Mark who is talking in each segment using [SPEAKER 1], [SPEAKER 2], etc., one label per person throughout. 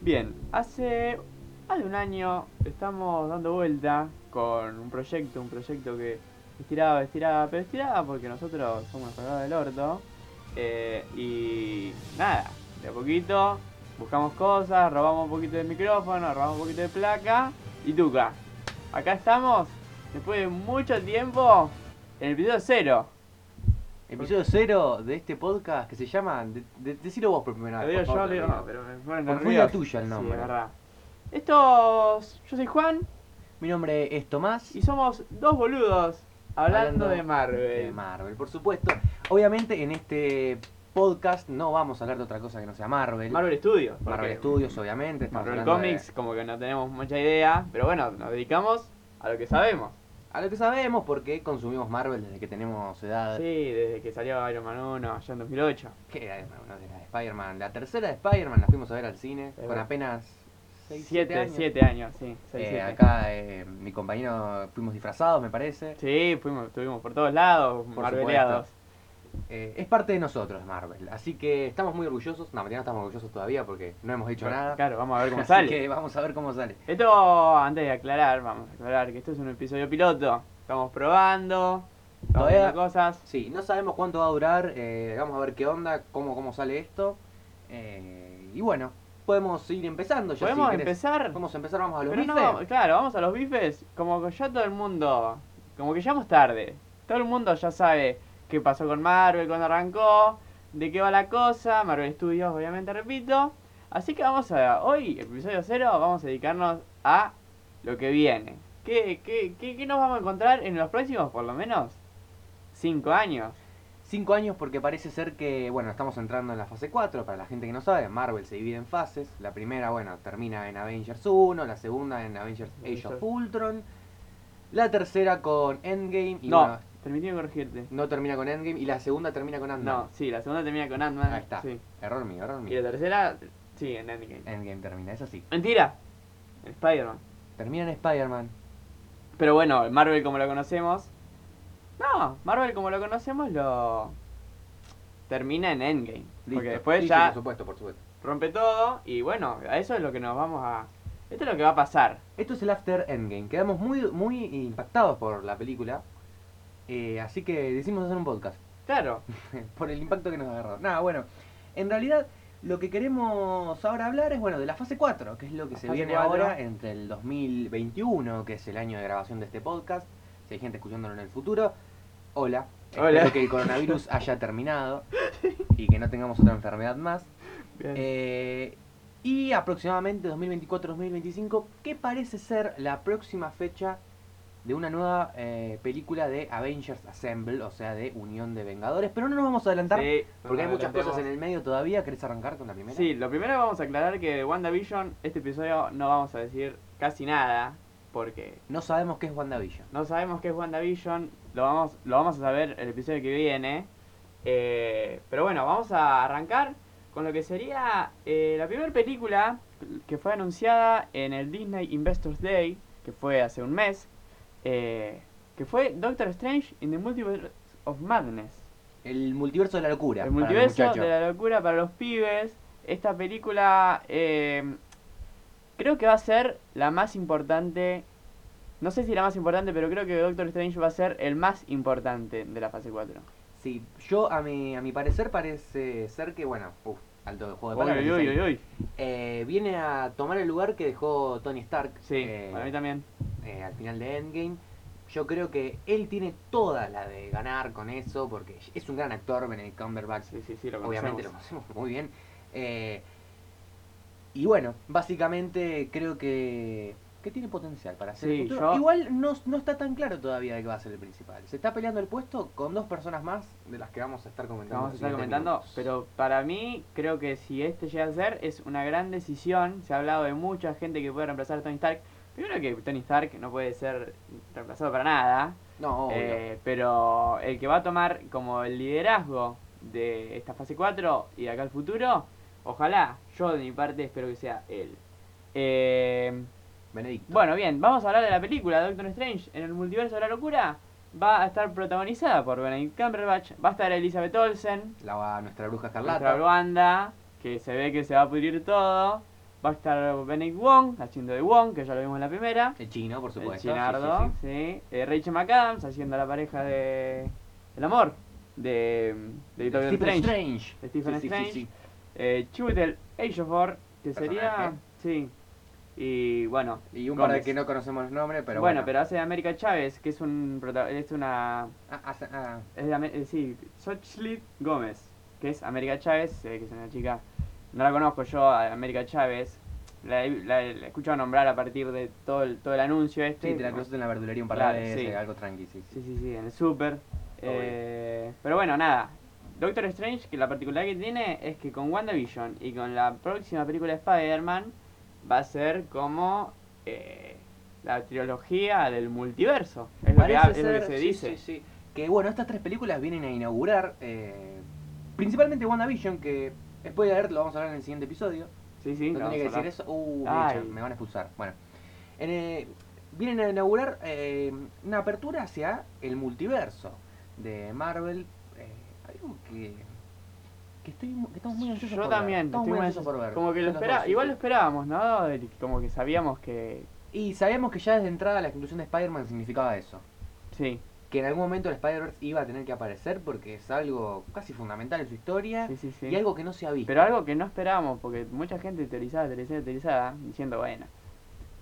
[SPEAKER 1] Bien, hace más de un año estamos dando vuelta con un proyecto, un proyecto que estiraba, estiraba, pero estiraba porque nosotros somos cagados del orto. Eh, y nada, de a poquito buscamos cosas, robamos un poquito de micrófono, robamos un poquito de placa y tuca. Acá estamos, después de mucho tiempo, en el episodio cero.
[SPEAKER 2] Episodio cero de este podcast que se llama. De, de- decilo vos por primera
[SPEAKER 1] Lo
[SPEAKER 2] vez.
[SPEAKER 1] digo
[SPEAKER 2] Ah, por
[SPEAKER 1] yo,
[SPEAKER 2] favor,
[SPEAKER 1] lo digo
[SPEAKER 2] Rodrigo.
[SPEAKER 1] no, pero me ponen
[SPEAKER 2] Porque fue
[SPEAKER 1] nervioso.
[SPEAKER 2] idea tuya el nombre.
[SPEAKER 1] Sí, es verdad. Estos, yo soy Juan
[SPEAKER 2] Mi nombre es Tomás.
[SPEAKER 1] y somos dos boludos hablando, de
[SPEAKER 2] de
[SPEAKER 1] Marvel.
[SPEAKER 2] Marvel, por supuesto. Obviamente en este podcast no vamos a hablar de otra cosa que no sea Marvel.
[SPEAKER 1] Marvel Studios. porque
[SPEAKER 2] Marvel Studios, obviamente. estamos
[SPEAKER 1] Marvel
[SPEAKER 2] hablando de-
[SPEAKER 1] Comics, como que no tenemos mucha idea, pero bueno, nos dedicamos a lo que sabemos.
[SPEAKER 2] A lo que sabemos porque consumimos Marvel desde que tenemos edad.
[SPEAKER 1] Sí, desde que salió Iron Man 1 allá en 2008.
[SPEAKER 2] ¿Qué era? Bueno, de la de Spider-Man. La tercera de Spider-Man la fuimos a ver al cine
[SPEAKER 1] verdad.
[SPEAKER 2] con apenas 6,
[SPEAKER 1] 7 años. siete años, sí. seis,
[SPEAKER 2] Eh,
[SPEAKER 1] siete.
[SPEAKER 2] acá eh, mi compañero fuimos disfrazados, me parece.
[SPEAKER 1] Sí, fuimos, estuvimos por todos lados,
[SPEAKER 2] Por
[SPEAKER 1] marveleados.
[SPEAKER 2] Eh, es parte de nosotros Marvel, así que estamos muy orgullosos. No, mentira, no estamos orgullosos todavía porque no hemos dicho nada.
[SPEAKER 1] Claro, vamos a ver cómo
[SPEAKER 2] así
[SPEAKER 1] sale.
[SPEAKER 2] que vamos a ver cómo sale.
[SPEAKER 1] Esto, antes de aclarar, vamos a aclarar que esto es un episodio piloto. Estamos probando, estamos
[SPEAKER 2] Todavía-
[SPEAKER 1] viendo cosas.
[SPEAKER 2] Sí, no sabemos cuánto va a durar, eh, vamos a ver qué onda, cómo, cómo sale esto. eh, y bueno, podemos ir empezando ya. si
[SPEAKER 1] ¿Podemos
[SPEAKER 2] querés.
[SPEAKER 1] empezar?
[SPEAKER 2] Vamos a empezar, vamos a los
[SPEAKER 1] Pero no,
[SPEAKER 2] bifes.
[SPEAKER 1] claro, vamos a los bifes. Como que ya todo el mundo, como que ya vamos tarde. Todo el mundo ya sabe qué pasó con Marvel cuando arrancó, de qué va la cosa. Marvel Studios, obviamente, repito. Así que vamos a, hoy, episodio cero, vamos a dedicarnos a lo que viene. ¿Qué, qué, qué, qué nos vamos a encontrar en los próximos, por lo menos, cinco años?
[SPEAKER 2] Cinco años porque parece ser que, bueno, estamos entrando en la fase 4, para la gente que no sabe, Marvel se divide en fases. La primera, bueno, termina en Avengers 1, la segunda en Avengers Age of Ultron, la tercera con Endgame y
[SPEAKER 1] no,
[SPEAKER 2] bueno,
[SPEAKER 1] permitime corregirte.
[SPEAKER 2] no termina con Endgame y la segunda termina con Ant-Man.
[SPEAKER 1] No, sí, la segunda termina con Ant-Man.
[SPEAKER 2] Ahí está.
[SPEAKER 1] sí.
[SPEAKER 2] Error mío, error
[SPEAKER 1] Y
[SPEAKER 2] mío.
[SPEAKER 1] la tercera, sí, en Endgame.
[SPEAKER 2] Endgame termina, es así.
[SPEAKER 1] Mentira, en Spider-Man.
[SPEAKER 2] Termina en Spider-Man.
[SPEAKER 1] Pero bueno, Marvel como lo conocemos. No, Marvel como lo conocemos lo. Termina en Endgame. Porque
[SPEAKER 2] Listo.
[SPEAKER 1] después
[SPEAKER 2] Sí, sí,
[SPEAKER 1] ya
[SPEAKER 2] por supuesto, por supuesto.
[SPEAKER 1] rompe todo. Y bueno, a eso es lo que nos vamos a. Esto es lo que va a pasar.
[SPEAKER 2] Esto es el After Endgame. Quedamos muy, muy impactados por la película. eh, así que decidimos hacer un podcast.
[SPEAKER 1] Claro.
[SPEAKER 2] por el impacto que nos agarró. Nada, bueno, en realidad lo que queremos ahora hablar es, bueno, de la fase 4, que es lo que
[SPEAKER 1] La
[SPEAKER 2] se
[SPEAKER 1] fase
[SPEAKER 2] viene
[SPEAKER 1] 4.
[SPEAKER 2] ahora entre el 2021, que es el año de grabación de este podcast. Si hay gente escuchándolo en el futuro, hola.
[SPEAKER 1] Hola.
[SPEAKER 2] Espero que el coronavirus haya terminado y que no tengamos otra enfermedad más. Eh, y aproximadamente 2024-2025, que parece ser la próxima fecha de una nueva eh, película de Avengers Assemble, o sea, de Unión de Vengadores. Pero no nos vamos a adelantar,
[SPEAKER 1] Sí,
[SPEAKER 2] porque hay
[SPEAKER 1] nos
[SPEAKER 2] muchas cosas en
[SPEAKER 1] adelantemos.
[SPEAKER 2] el ¿eh? medio todavía. ¿Querés arrancar con la primera?
[SPEAKER 1] Sí, lo primero vamos a aclarar que de WandaVision, este episodio no vamos a decir casi nada. Porque
[SPEAKER 2] No sabemos qué es WandaVision.
[SPEAKER 1] No sabemos qué es WandaVision, lo vamos, lo vamos a saber el episodio que viene. Eh, pero bueno, vamos a arrancar con lo que sería eh, la primera película que fue anunciada en el Disney Investors Day, que fue hace un mes, eh, que fue Doctor Strange in the Multiverse of Madness.
[SPEAKER 2] El multiverso de la locura.
[SPEAKER 1] El
[SPEAKER 2] para los
[SPEAKER 1] multiverso
[SPEAKER 2] muchachos.
[SPEAKER 1] de la locura para los pibes. Esta película eh, creo que va a ser la más importante. No sé si la más importante, pero creo que Doctor Strange va a ser el más importante de la fase 4.
[SPEAKER 2] Sí, yo a mi, a mi parecer parece ser que, bueno, uf, alto de juego de palabras.
[SPEAKER 1] Uy, uy, uy, uy.
[SPEAKER 2] Eh, viene a tomar el lugar que dejó Tony Stark.
[SPEAKER 1] Sí,
[SPEAKER 2] eh,
[SPEAKER 1] para mí también.
[SPEAKER 2] eh, al final de Endgame. Yo creo que él tiene toda la de ganar con eso, porque es un gran actor, Benedict Cumberbatch,
[SPEAKER 1] Sí, sí, sí, lo
[SPEAKER 2] obviamente lo
[SPEAKER 1] conocemos.
[SPEAKER 2] conocemos muy bien. Eh, y bueno, básicamente creo que, que tiene potencial para ser el
[SPEAKER 1] Sí,
[SPEAKER 2] futuro.
[SPEAKER 1] yo-
[SPEAKER 2] Igual no, no está tan claro todavía de qué va a ser el principal. Se está peleando el puesto con dos personas más de las que vamos a estar
[SPEAKER 1] Lo
[SPEAKER 2] comentando.
[SPEAKER 1] Vamos a
[SPEAKER 2] en este
[SPEAKER 1] estar
[SPEAKER 2] los siguientes
[SPEAKER 1] comentando,
[SPEAKER 2] minutos.
[SPEAKER 1] pero para mí creo que si este llega a ser es una gran decisión. Se ha hablado de mucha gente que puede reemplazar a Tony Stark. Primero que Tony Stark no puede ser reemplazado para nada.
[SPEAKER 2] No, obvio.
[SPEAKER 1] Eh, pero el que va a tomar como el liderazgo de esta fase 4 y de acá al futuro, ojalá, yo de mi parte espero que sea él. Eh,
[SPEAKER 2] Benedict.
[SPEAKER 1] bueno, bien, vamos a hablar de la película Doctor Strange en el multiverso de la locura. Va a estar protagonizada por Benedict Cumberbatch, va a estar Elizabeth Olsen,
[SPEAKER 2] La, nuestra bruja escarlata.
[SPEAKER 1] nuestra Wanda, que se ve que se va a pudrir todo. Va a estar Benedict Wong haciendo de Wong, que ya lo vimos en la primera.
[SPEAKER 2] El chino, por
[SPEAKER 1] El
[SPEAKER 2] supuesto. sí, sí,
[SPEAKER 1] chinardo, sí. Eh, Rachel McAdams haciendo la pareja de. El amor. De. De
[SPEAKER 2] sí.
[SPEAKER 1] Doctor
[SPEAKER 2] Stephen
[SPEAKER 1] Strange.
[SPEAKER 2] Strange.
[SPEAKER 1] De Stephen
[SPEAKER 2] Sí, sí, sí,
[SPEAKER 1] Strange.
[SPEAKER 2] sí.
[SPEAKER 1] Eh, Chewie del Age of War, que sería.
[SPEAKER 2] Personaje.
[SPEAKER 1] Sí. Y bueno.
[SPEAKER 2] Y un par de
[SPEAKER 1] Gómez.
[SPEAKER 2] que no conocemos los nombres, pero
[SPEAKER 1] bueno,
[SPEAKER 2] bueno.
[SPEAKER 1] pero hace de América Chávez, que es un prota- es una
[SPEAKER 2] Ah, ah, ah,
[SPEAKER 1] es de Ame- eh, sí, Xochitl Gómez, que es América Chávez, eh, que es una chica, no la conozco yo, a América Chávez, la, he- la he- la he escuchado nombrar a partir de todo el, todo el anuncio este.
[SPEAKER 2] sí, te la
[SPEAKER 1] ¿no?
[SPEAKER 2] cruzaste en la verdulería un par
[SPEAKER 1] Claro,
[SPEAKER 2] de veces,
[SPEAKER 1] sí.
[SPEAKER 2] algo tranqui, sí, sí.
[SPEAKER 1] Sí, sí, sí, en el super. Eh, pero bueno, nada. Doctor Strange, que la particularidad que tiene es que con WandaVision y con la próxima película de Spider-Man va a ser como eh, la trilogía del multiverso. Es lo, que, ha- es lo que se
[SPEAKER 2] sí,
[SPEAKER 1] dice.
[SPEAKER 2] sí, sí. Que bueno, estas tres películas vienen a inaugurar eh, principalmente WandaVision, que después de ver, lo vamos a hablar en el siguiente episodio.
[SPEAKER 1] Sí, sí,
[SPEAKER 2] No
[SPEAKER 1] lo
[SPEAKER 2] tenía que
[SPEAKER 1] vamos a
[SPEAKER 2] decir
[SPEAKER 1] hablar.
[SPEAKER 2] eso. Uh, me,
[SPEAKER 1] Ay.
[SPEAKER 2] echan, me van a expulsar. Bueno. En, eh, vienen a inaugurar eh, una apertura hacia el multiverso de Marvel. eh, algo que. que, estoy, mu- que estamos muy ansiosos
[SPEAKER 1] Yo
[SPEAKER 2] por ver.
[SPEAKER 1] también,
[SPEAKER 2] Estamos
[SPEAKER 1] estoy
[SPEAKER 2] muy
[SPEAKER 1] muy
[SPEAKER 2] ansiosos por ver.
[SPEAKER 1] Como que lo
[SPEAKER 2] Los dos,
[SPEAKER 1] espera,
[SPEAKER 2] sí,
[SPEAKER 1] igual
[SPEAKER 2] sí.
[SPEAKER 1] lo esperábamos, ¿no? Y Como que sabíamos que
[SPEAKER 2] Y sabíamos que ya desde entrada la inclusión de Spider-Man significaba eso.
[SPEAKER 1] sí,
[SPEAKER 2] Que en algún momento el Spider-Verse iba a tener que aparecer porque es algo casi fundamental en su historia
[SPEAKER 1] sí, sí, sí.
[SPEAKER 2] y algo que no se ha visto.
[SPEAKER 1] Pero algo que no esperábamos, porque mucha gente teorizada, teorizada, teorizada, diciendo, bueno,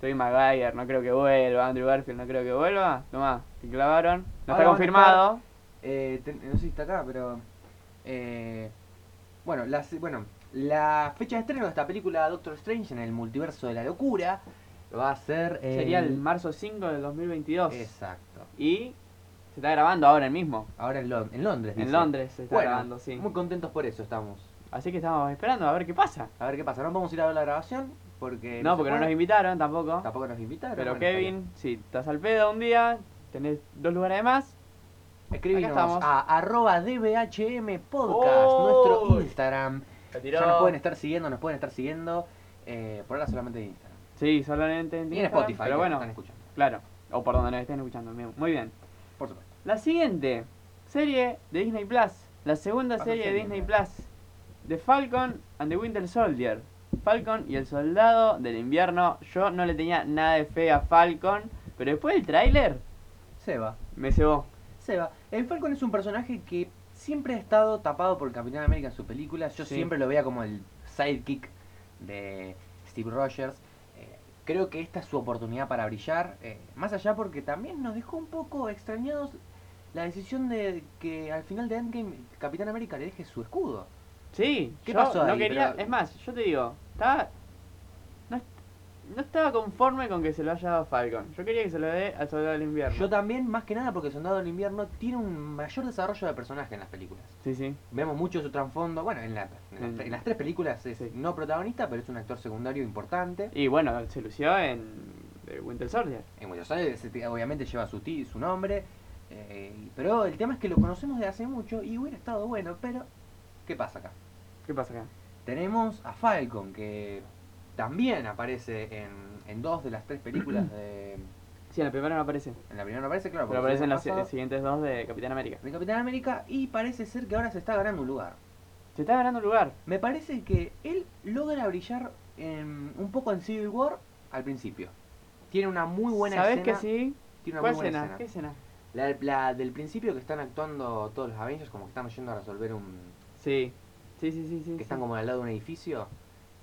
[SPEAKER 1] Tobey Maguire, no creo que vuelva, Andrew Garfield, no creo que vuelva, tomá, te clavaron, no
[SPEAKER 2] Ahora van
[SPEAKER 1] está
[SPEAKER 2] a
[SPEAKER 1] confirmado,
[SPEAKER 2] Eh, ten- no sé si está acá, pero. eh, bueno, la, se- bueno, la fecha de estreno de esta película Doctor Strange en el multiverso de la locura va a ser. el-
[SPEAKER 1] sería el marzo 5 del 2022,
[SPEAKER 2] Exacto.
[SPEAKER 1] y se está grabando ahora mismo,
[SPEAKER 2] Ahora en, Lon- en Londres.
[SPEAKER 1] en
[SPEAKER 2] dice.
[SPEAKER 1] Londres se está
[SPEAKER 2] Bueno,
[SPEAKER 1] grabando, sí.
[SPEAKER 2] Muy contentos por eso estamos.
[SPEAKER 1] Así que estamos esperando a ver qué pasa.
[SPEAKER 2] A ver qué pasa. No vamos a ir a ver la grabación porque.
[SPEAKER 1] No,
[SPEAKER 2] se
[SPEAKER 1] porque no
[SPEAKER 2] puede.
[SPEAKER 1] nos invitaron tampoco.
[SPEAKER 2] Eh, Tampoco nos invitaron.
[SPEAKER 1] Pero
[SPEAKER 2] bueno, está bien.
[SPEAKER 1] Kevin, si estás al pedo un día, tenés dos lugares más. Acá
[SPEAKER 2] Escribinos
[SPEAKER 1] estamos.
[SPEAKER 2] a arroba DBHM Podcast,
[SPEAKER 1] Oh.
[SPEAKER 2] nuestro Instagram. Ya nos pueden estar siguiendo, nos pueden estar siguiendo. eh, por ahora solamente en Instagram.
[SPEAKER 1] Sí, solamente en,
[SPEAKER 2] Y en
[SPEAKER 1] Instagram,
[SPEAKER 2] Spotify,
[SPEAKER 1] Pero
[SPEAKER 2] que
[SPEAKER 1] bueno,
[SPEAKER 2] están escuchando.
[SPEAKER 1] claro. O por donde nos estén escuchando. bien, Muy bien.
[SPEAKER 2] Por supuesto.
[SPEAKER 1] La siguiente serie de Disney Plus. La segunda
[SPEAKER 2] Pasa
[SPEAKER 1] serie de
[SPEAKER 2] serie,
[SPEAKER 1] Disney
[SPEAKER 2] mira.
[SPEAKER 1] Plus. The Falcon and the Winter Soldier. Falcon y el soldado del invierno. Yo no le tenía nada de fe a Falcon. Pero después del tráiler
[SPEAKER 2] Seba.
[SPEAKER 1] me cebó.
[SPEAKER 2] Seba. El Falcon es un personaje que siempre ha estado tapado por Capitán América en sus películas. Yo
[SPEAKER 1] Sí.
[SPEAKER 2] siempre lo veía como el sidekick de Steve Rogers. Eh, Creo que esta es su oportunidad para brillar. eh, más allá porque también nos dejó un poco extrañados la decisión de que al final de Endgame Capitán América le deje su escudo.
[SPEAKER 1] Sí,
[SPEAKER 2] ¿Qué
[SPEAKER 1] yo
[SPEAKER 2] pasó
[SPEAKER 1] no
[SPEAKER 2] ahí?
[SPEAKER 1] quería,
[SPEAKER 2] Pero-
[SPEAKER 1] es más, yo te digo, estaba no, est- no estaba conforme con que se lo haya dado Falcon. Yo quería que se lo dé al Soldado del Invierno.
[SPEAKER 2] Yo también, más que nada porque Soldado del Invierno tiene un mayor desarrollo de personaje en las películas.
[SPEAKER 1] Sí, sí.
[SPEAKER 2] Vemos mucho su trasfondo, bueno, en, la- en las
[SPEAKER 1] Mm.
[SPEAKER 2] tre- en las tres películas es
[SPEAKER 1] Sí.
[SPEAKER 2] no protagonista, pero es un actor secundario importante.
[SPEAKER 1] Y bueno, se lució en eh, Winter Soldier.
[SPEAKER 2] En Buenos Aires este, obviamente lleva su, ti- su nombre, eh, y- pero el tema es que lo conocemos de hace mucho y hubiera estado bueno, pero ¿qué pasa acá?
[SPEAKER 1] ¿Qué pasa acá?
[SPEAKER 2] Tenemos a Falcon, que también aparece en, en dos de las tres películas de...
[SPEAKER 1] Sí, en la primera no aparece,
[SPEAKER 2] En la primera no aparece, claro,
[SPEAKER 1] pero
[SPEAKER 2] porque
[SPEAKER 1] aparece en las
[SPEAKER 2] se había
[SPEAKER 1] si-
[SPEAKER 2] pasado
[SPEAKER 1] siguientes dos de Capitán América.
[SPEAKER 2] de Capitán América y parece ser que ahora se está ganando un lugar.
[SPEAKER 1] Se está ganando un lugar.
[SPEAKER 2] Me parece que él logra brillar em, un poco en Civil War al principio. Tiene una muy buena
[SPEAKER 1] ¿Sabes
[SPEAKER 2] escena.
[SPEAKER 1] que sí?
[SPEAKER 2] Tiene una
[SPEAKER 1] ¿Cuál
[SPEAKER 2] muy buena
[SPEAKER 1] escena?
[SPEAKER 2] escena.
[SPEAKER 1] ¿Qué escena?
[SPEAKER 2] La, la del principio que están actuando todos los Avengers, como que están yendo a resolver un.
[SPEAKER 1] Sí. Sí, sí, sí, sí.
[SPEAKER 2] que
[SPEAKER 1] sí.
[SPEAKER 2] están como al lado de un edificio.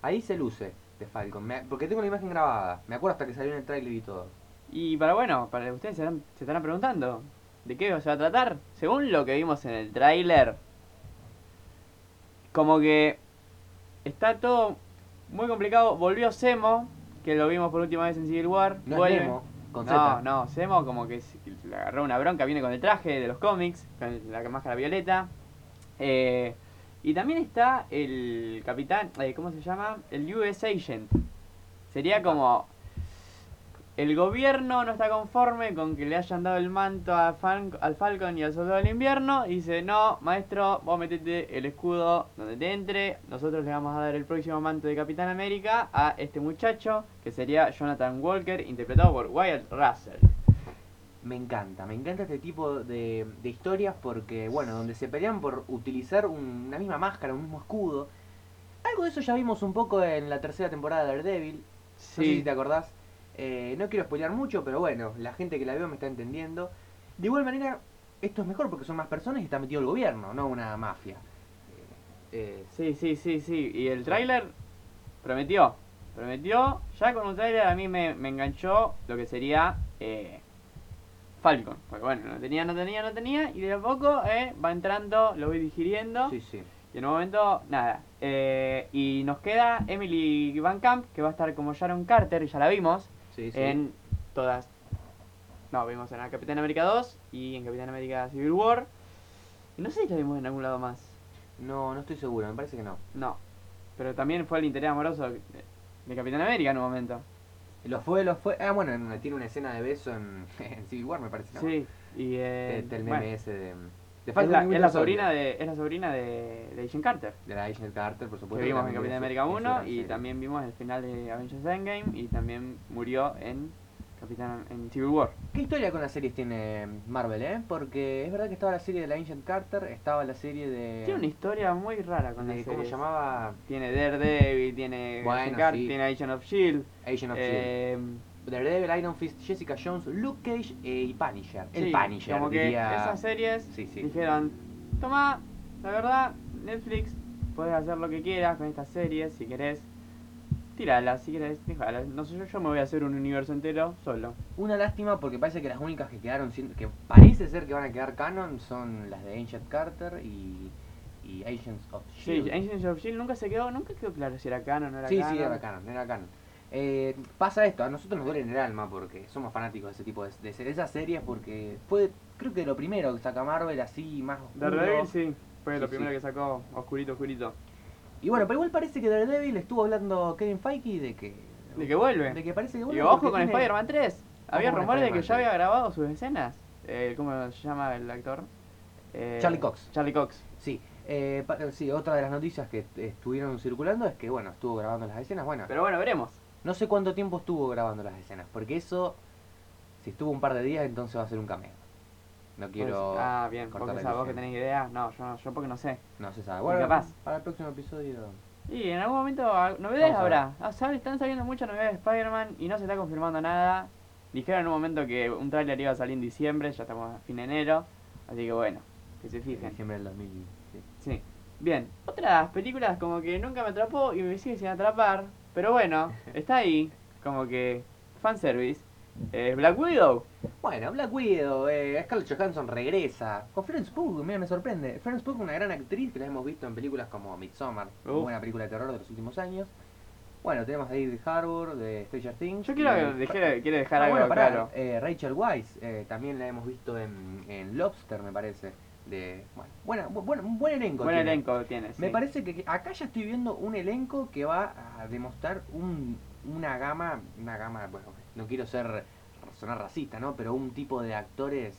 [SPEAKER 2] Ahí se luce de Falcon. Me- porque tengo la imagen grabada. Me acuerdo hasta que salió en el trailer y todo.
[SPEAKER 1] Y para bueno, para ustedes se estarán, se estarán preguntando, ¿de qué se va a tratar? Según lo que vimos en el tráiler, como que está todo muy complicado. Volvió Semo, que lo vimos por última vez en Civil War.
[SPEAKER 2] No
[SPEAKER 1] vuelve.
[SPEAKER 2] es Nemo, con
[SPEAKER 1] no,
[SPEAKER 2] Z.
[SPEAKER 1] no, Semo como que se- le agarró una bronca, viene con el traje de los cómics, con la máscara violeta. Eh, y también está el capitán, eh, ¿cómo se llama? El US Agent. Sería como... El gobierno no está conforme con que le hayan dado el manto a Fan- al Falcon y al Soldado del Invierno y dice, no, maestro, vos metete el escudo donde te entre, nosotros le vamos a dar el próximo manto de Capitán América a este muchacho, que sería Jonathan Walker, interpretado por Wyatt Russell.
[SPEAKER 2] Me encanta, me encanta este tipo de, de historias porque, bueno, donde se pelean por utilizar un- una misma máscara, un mismo escudo. Algo de eso ya vimos un poco en la tercera temporada de Daredevil. No sé si te acordás. Eh, no quiero spoilear mucho, pero bueno, la gente que la veo me está entendiendo. De igual manera, esto es mejor porque son más personas y está metido el gobierno, no una mafia. Eh,
[SPEAKER 1] Sí, sí, sí, sí. Y el tráiler prometió. Prometió. Ya con un tráiler a mí me, me enganchó lo que sería eh, Falcon. Porque bueno, no tenía, no tenía, no tenía. Y de a poco eh, va entrando, lo voy digiriendo.
[SPEAKER 2] sí, sí.
[SPEAKER 1] Y en un momento, nada. Eh, y nos queda Emily Van Camp, que va a estar como Sharon Carter, ya la vimos.
[SPEAKER 2] sí, sí.
[SPEAKER 1] En todas. No, vimos en la Capitán América 2 y en Capitán América Civil War. Y no sé si la vimos en algún lado más.
[SPEAKER 2] No, no estoy seguro, me parece que no.
[SPEAKER 1] No. Pero también fue el interés amoroso de, de Capitán América en un momento.
[SPEAKER 2] Lo fue, lo fue. Ah, bueno, en- tiene una escena de beso en, en Civil War, me parece, ¿no?
[SPEAKER 1] Sí. Y
[SPEAKER 2] Eh,
[SPEAKER 1] eh,
[SPEAKER 2] está el meme
[SPEAKER 1] bueno,
[SPEAKER 2] ese de. de
[SPEAKER 1] es,
[SPEAKER 2] Falcon
[SPEAKER 1] la,
[SPEAKER 2] y
[SPEAKER 1] es
[SPEAKER 2] Winter
[SPEAKER 1] la
[SPEAKER 2] Soldier.
[SPEAKER 1] sobrina de es la sobrina de, de Agent Carter.
[SPEAKER 2] De la Agent Carter, por
[SPEAKER 1] Que
[SPEAKER 2] supuesto.
[SPEAKER 1] vimos en Capitán
[SPEAKER 2] también es-
[SPEAKER 1] América
[SPEAKER 2] es
[SPEAKER 1] 1
[SPEAKER 2] gran
[SPEAKER 1] y
[SPEAKER 2] serie.
[SPEAKER 1] también vimos el final de Avengers Endgame y también murió en Capitán en Civil War.
[SPEAKER 2] ¿Qué historia con las series tiene Marvel, eh? Porque es verdad que estaba la serie de la Agent Carter, estaba la serie de.
[SPEAKER 1] Tiene una historia muy rara con la
[SPEAKER 2] de- ¿Cómo
[SPEAKER 1] serie.
[SPEAKER 2] se llamaba?
[SPEAKER 1] Tiene Daredevil, tiene
[SPEAKER 2] Bueno,
[SPEAKER 1] Agent Carter,
[SPEAKER 2] sí.
[SPEAKER 1] tiene Agent of Shield.
[SPEAKER 2] Agent of
[SPEAKER 1] E
[SPEAKER 2] E
[SPEAKER 1] eh,
[SPEAKER 2] Shield. Daredevil, Iron Fist, Jessica Jones, Luke Cage eh, y Punisher. el
[SPEAKER 1] sí,
[SPEAKER 2] Punisher,
[SPEAKER 1] como que
[SPEAKER 2] diría-
[SPEAKER 1] esas series
[SPEAKER 2] Sí, sí.
[SPEAKER 1] dijeron, toma, la verdad, Netflix, puedes hacer lo que quieras con estas series, si querés, tiralas, si querés, dejalas. No sé, yo, yo me voy a hacer un universo entero solo.
[SPEAKER 2] Una lástima porque parece que las únicas que quedaron, sin- que parece ser que van a quedar canon, son las de Agent Carter y, y Agents of
[SPEAKER 1] Sí,
[SPEAKER 2] Shield.
[SPEAKER 1] Agents of Shield E nunca se quedó, nunca quedó claro si era canon o no era
[SPEAKER 2] sí,
[SPEAKER 1] canon.
[SPEAKER 2] sí, era canon, era canon. Eh, pasa esto, a nosotros nos duele en el alma porque somos fanáticos de ese tipo de, de, ser- de esas series porque fue, creo que lo primero que saca Marvel así más oscuro.
[SPEAKER 1] Daredevil sí, fue
[SPEAKER 2] Sí,
[SPEAKER 1] lo
[SPEAKER 2] sí.
[SPEAKER 1] primero que sacó, oscurito, oscurito.
[SPEAKER 2] Y bueno, pero igual parece que Daredevil estuvo hablando Kevin Feige de que...
[SPEAKER 1] De que vuelve.
[SPEAKER 2] De que parece que
[SPEAKER 1] Y
[SPEAKER 2] vuelve. porque
[SPEAKER 1] ojo con
[SPEAKER 2] tiene-
[SPEAKER 1] Spider-Man 3. Había
[SPEAKER 2] con
[SPEAKER 1] rumores de que
[SPEAKER 2] Spider-Man
[SPEAKER 1] ya
[SPEAKER 2] 3.
[SPEAKER 1] había grabado sus escenas. Eh, ¿Cómo se llama el actor? Eh,
[SPEAKER 2] Charlie Cox.
[SPEAKER 1] Charlie Cox.
[SPEAKER 2] Sí, eh, pa- sí, otra de las noticias que estuvieron circulando es que, bueno, estuvo grabando las escenas. Bueno,
[SPEAKER 1] Pero bueno, veremos.
[SPEAKER 2] No sé cuánto tiempo estuvo grabando las escenas, porque eso, si estuvo un par de días, entonces va a ser un cameo. No quiero.
[SPEAKER 1] Pues, ah, bien, vos
[SPEAKER 2] cortar
[SPEAKER 1] que,
[SPEAKER 2] la
[SPEAKER 1] sabés, vos que
[SPEAKER 2] ilusión.
[SPEAKER 1] tenés ideas. No, yo, no- yo porque no sé.
[SPEAKER 2] No se sabe. Bueno,
[SPEAKER 1] capaz.
[SPEAKER 2] para el próximo episodio.
[SPEAKER 1] Y en algún momento ah, novedades
[SPEAKER 2] Vamos a
[SPEAKER 1] habrá. Ah, sal- están saliendo muchas novedades de Spider-Man y no se está confirmando nada. Dijeron en un momento que un tráiler iba a salir en diciembre, ya estamos a fin de enero. Así que bueno, que se
[SPEAKER 2] En
[SPEAKER 1] fijen.
[SPEAKER 2] diciembre del 2000. sí.
[SPEAKER 1] Sí. Bien, otras películas como que nunca me atrapó y me sigue sin atrapar. Pero bueno, está ahí, como que fanservice. Eh, Black Widow.
[SPEAKER 2] Bueno, Black Widow, eh, Scarlett Johansson regresa. Con Florence Pugh, mira, me sorprende. Florence Pugh, una gran actriz que la hemos visto en películas como Midsommar, una
[SPEAKER 1] Uf.
[SPEAKER 2] buena película de terror de los últimos años. Bueno, tenemos a David Harbour de Stranger Things.
[SPEAKER 1] Yo quiero,
[SPEAKER 2] y-
[SPEAKER 1] dejé- quiero dejar
[SPEAKER 2] Ah,
[SPEAKER 1] algo
[SPEAKER 2] bueno, pará,
[SPEAKER 1] claro.
[SPEAKER 2] eh, Rachel Weisz, eh, también la hemos visto en, en Lobster, me parece. De, bueno, buena, bu- buen- un buen elenco.
[SPEAKER 1] Buen
[SPEAKER 2] tiene.
[SPEAKER 1] elenco tienes.
[SPEAKER 2] Me parece que que acá ya estoy viendo un elenco que va a demostrar un- una gama, una gama, bueno, no quiero ser sonar racista, ¿no? Pero un tipo de actores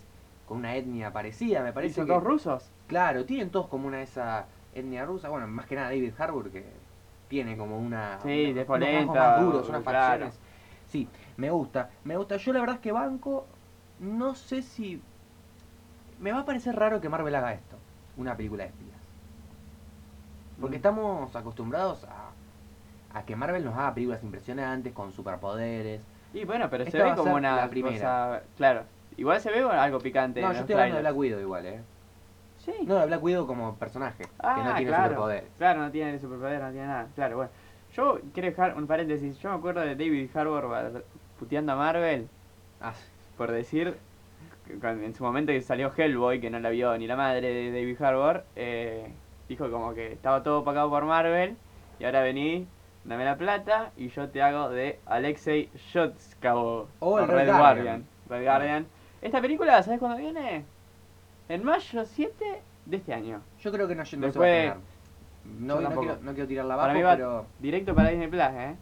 [SPEAKER 2] con una etnia parecida, me parece.
[SPEAKER 1] son
[SPEAKER 2] que-
[SPEAKER 1] dos rusos.
[SPEAKER 2] claro, tienen todos como una esa etnia rusa. Bueno, más que nada David Harbour que tiene como una
[SPEAKER 1] Sí,
[SPEAKER 2] una-
[SPEAKER 1] de
[SPEAKER 2] unos rasgos
[SPEAKER 1] polenta,
[SPEAKER 2] más duros, unas
[SPEAKER 1] claro.
[SPEAKER 2] facciones. Sí, me gusta, me gusta. Yo la verdad es que banco, no sé si me va a parecer raro que Marvel haga esto, una película de espías. Porque
[SPEAKER 1] Mm.
[SPEAKER 2] estamos acostumbrados a, a que Marvel nos haga películas impresionantes, con superpoderes.
[SPEAKER 1] Y bueno, pero se
[SPEAKER 2] Esta va
[SPEAKER 1] ve
[SPEAKER 2] a
[SPEAKER 1] como
[SPEAKER 2] ser
[SPEAKER 1] una
[SPEAKER 2] la primera.
[SPEAKER 1] cosa- Claro, igual se ve algo picante.
[SPEAKER 2] No,
[SPEAKER 1] en
[SPEAKER 2] yo
[SPEAKER 1] los
[SPEAKER 2] estoy hablando de
[SPEAKER 1] trailers.
[SPEAKER 2] Black Widow igual, ¿eh?
[SPEAKER 1] Sí,
[SPEAKER 2] No, de Black Widow como personaje, que
[SPEAKER 1] Ah,
[SPEAKER 2] no tiene
[SPEAKER 1] claro.
[SPEAKER 2] superpoderes.
[SPEAKER 1] claro, no tiene superpoder, no tiene nada. Claro, bueno. Yo quiero dejar un paréntesis. Yo me acuerdo de David Harbour va- puteando a Marvel
[SPEAKER 2] Ah,
[SPEAKER 1] por decir. que cuando- En su momento que salió Hellboy, que no la vio ni la madre de David Harbour, eh, dijo como que estaba todo pagado por Marvel y ahora vení, dame la plata y yo te hago de Alexei Shotskavo
[SPEAKER 2] O Oh, el Red Guardian. Ah.
[SPEAKER 1] Red Guardian. Esta película, ¿sabes cuándo viene? En mayo 7 de este año.
[SPEAKER 2] Yo creo que no, no se va a
[SPEAKER 1] Después-
[SPEAKER 2] estrenar. No, no,
[SPEAKER 1] tampoco.
[SPEAKER 2] quiero, no quiero tirarla
[SPEAKER 1] Para
[SPEAKER 2] abajo,
[SPEAKER 1] mí va-
[SPEAKER 2] pero...
[SPEAKER 1] Directo para Disney Plus, ¿eh?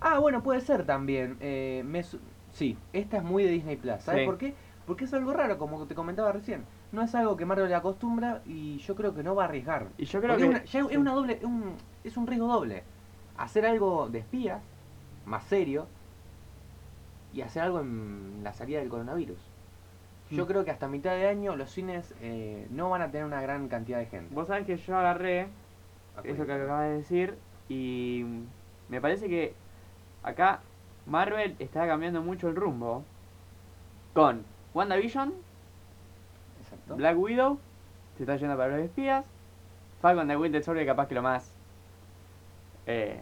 [SPEAKER 2] Ah, bueno, puede ser también. Eh, me su- Sí, esta es muy de Disney Plus. ¿Sabes
[SPEAKER 1] Sí.
[SPEAKER 2] por qué? Porque es algo raro, como te comentaba recién. No es algo que Marvel acostumbra y yo creo que no va a arriesgar.
[SPEAKER 1] Y yo creo
[SPEAKER 2] Porque
[SPEAKER 1] que.
[SPEAKER 2] es una- ya es una doble, es un, es un riesgo doble. Hacer algo de espías, más serio, y hacer algo en la salida del coronavirus. Yo
[SPEAKER 1] Mm.
[SPEAKER 2] creo que hasta mitad de año los cines eh, no van a tener una gran cantidad de gente.
[SPEAKER 1] Vos sabés que yo agarré
[SPEAKER 2] Acuérdate.
[SPEAKER 1] eso que acabas de decir Y me parece que acá Marvel está cambiando mucho el rumbo con WandaVision,
[SPEAKER 2] Exacto.
[SPEAKER 1] Black Widow, se está yendo para los espías, Falcon de Winter Soldier capaz que lo más... Eh,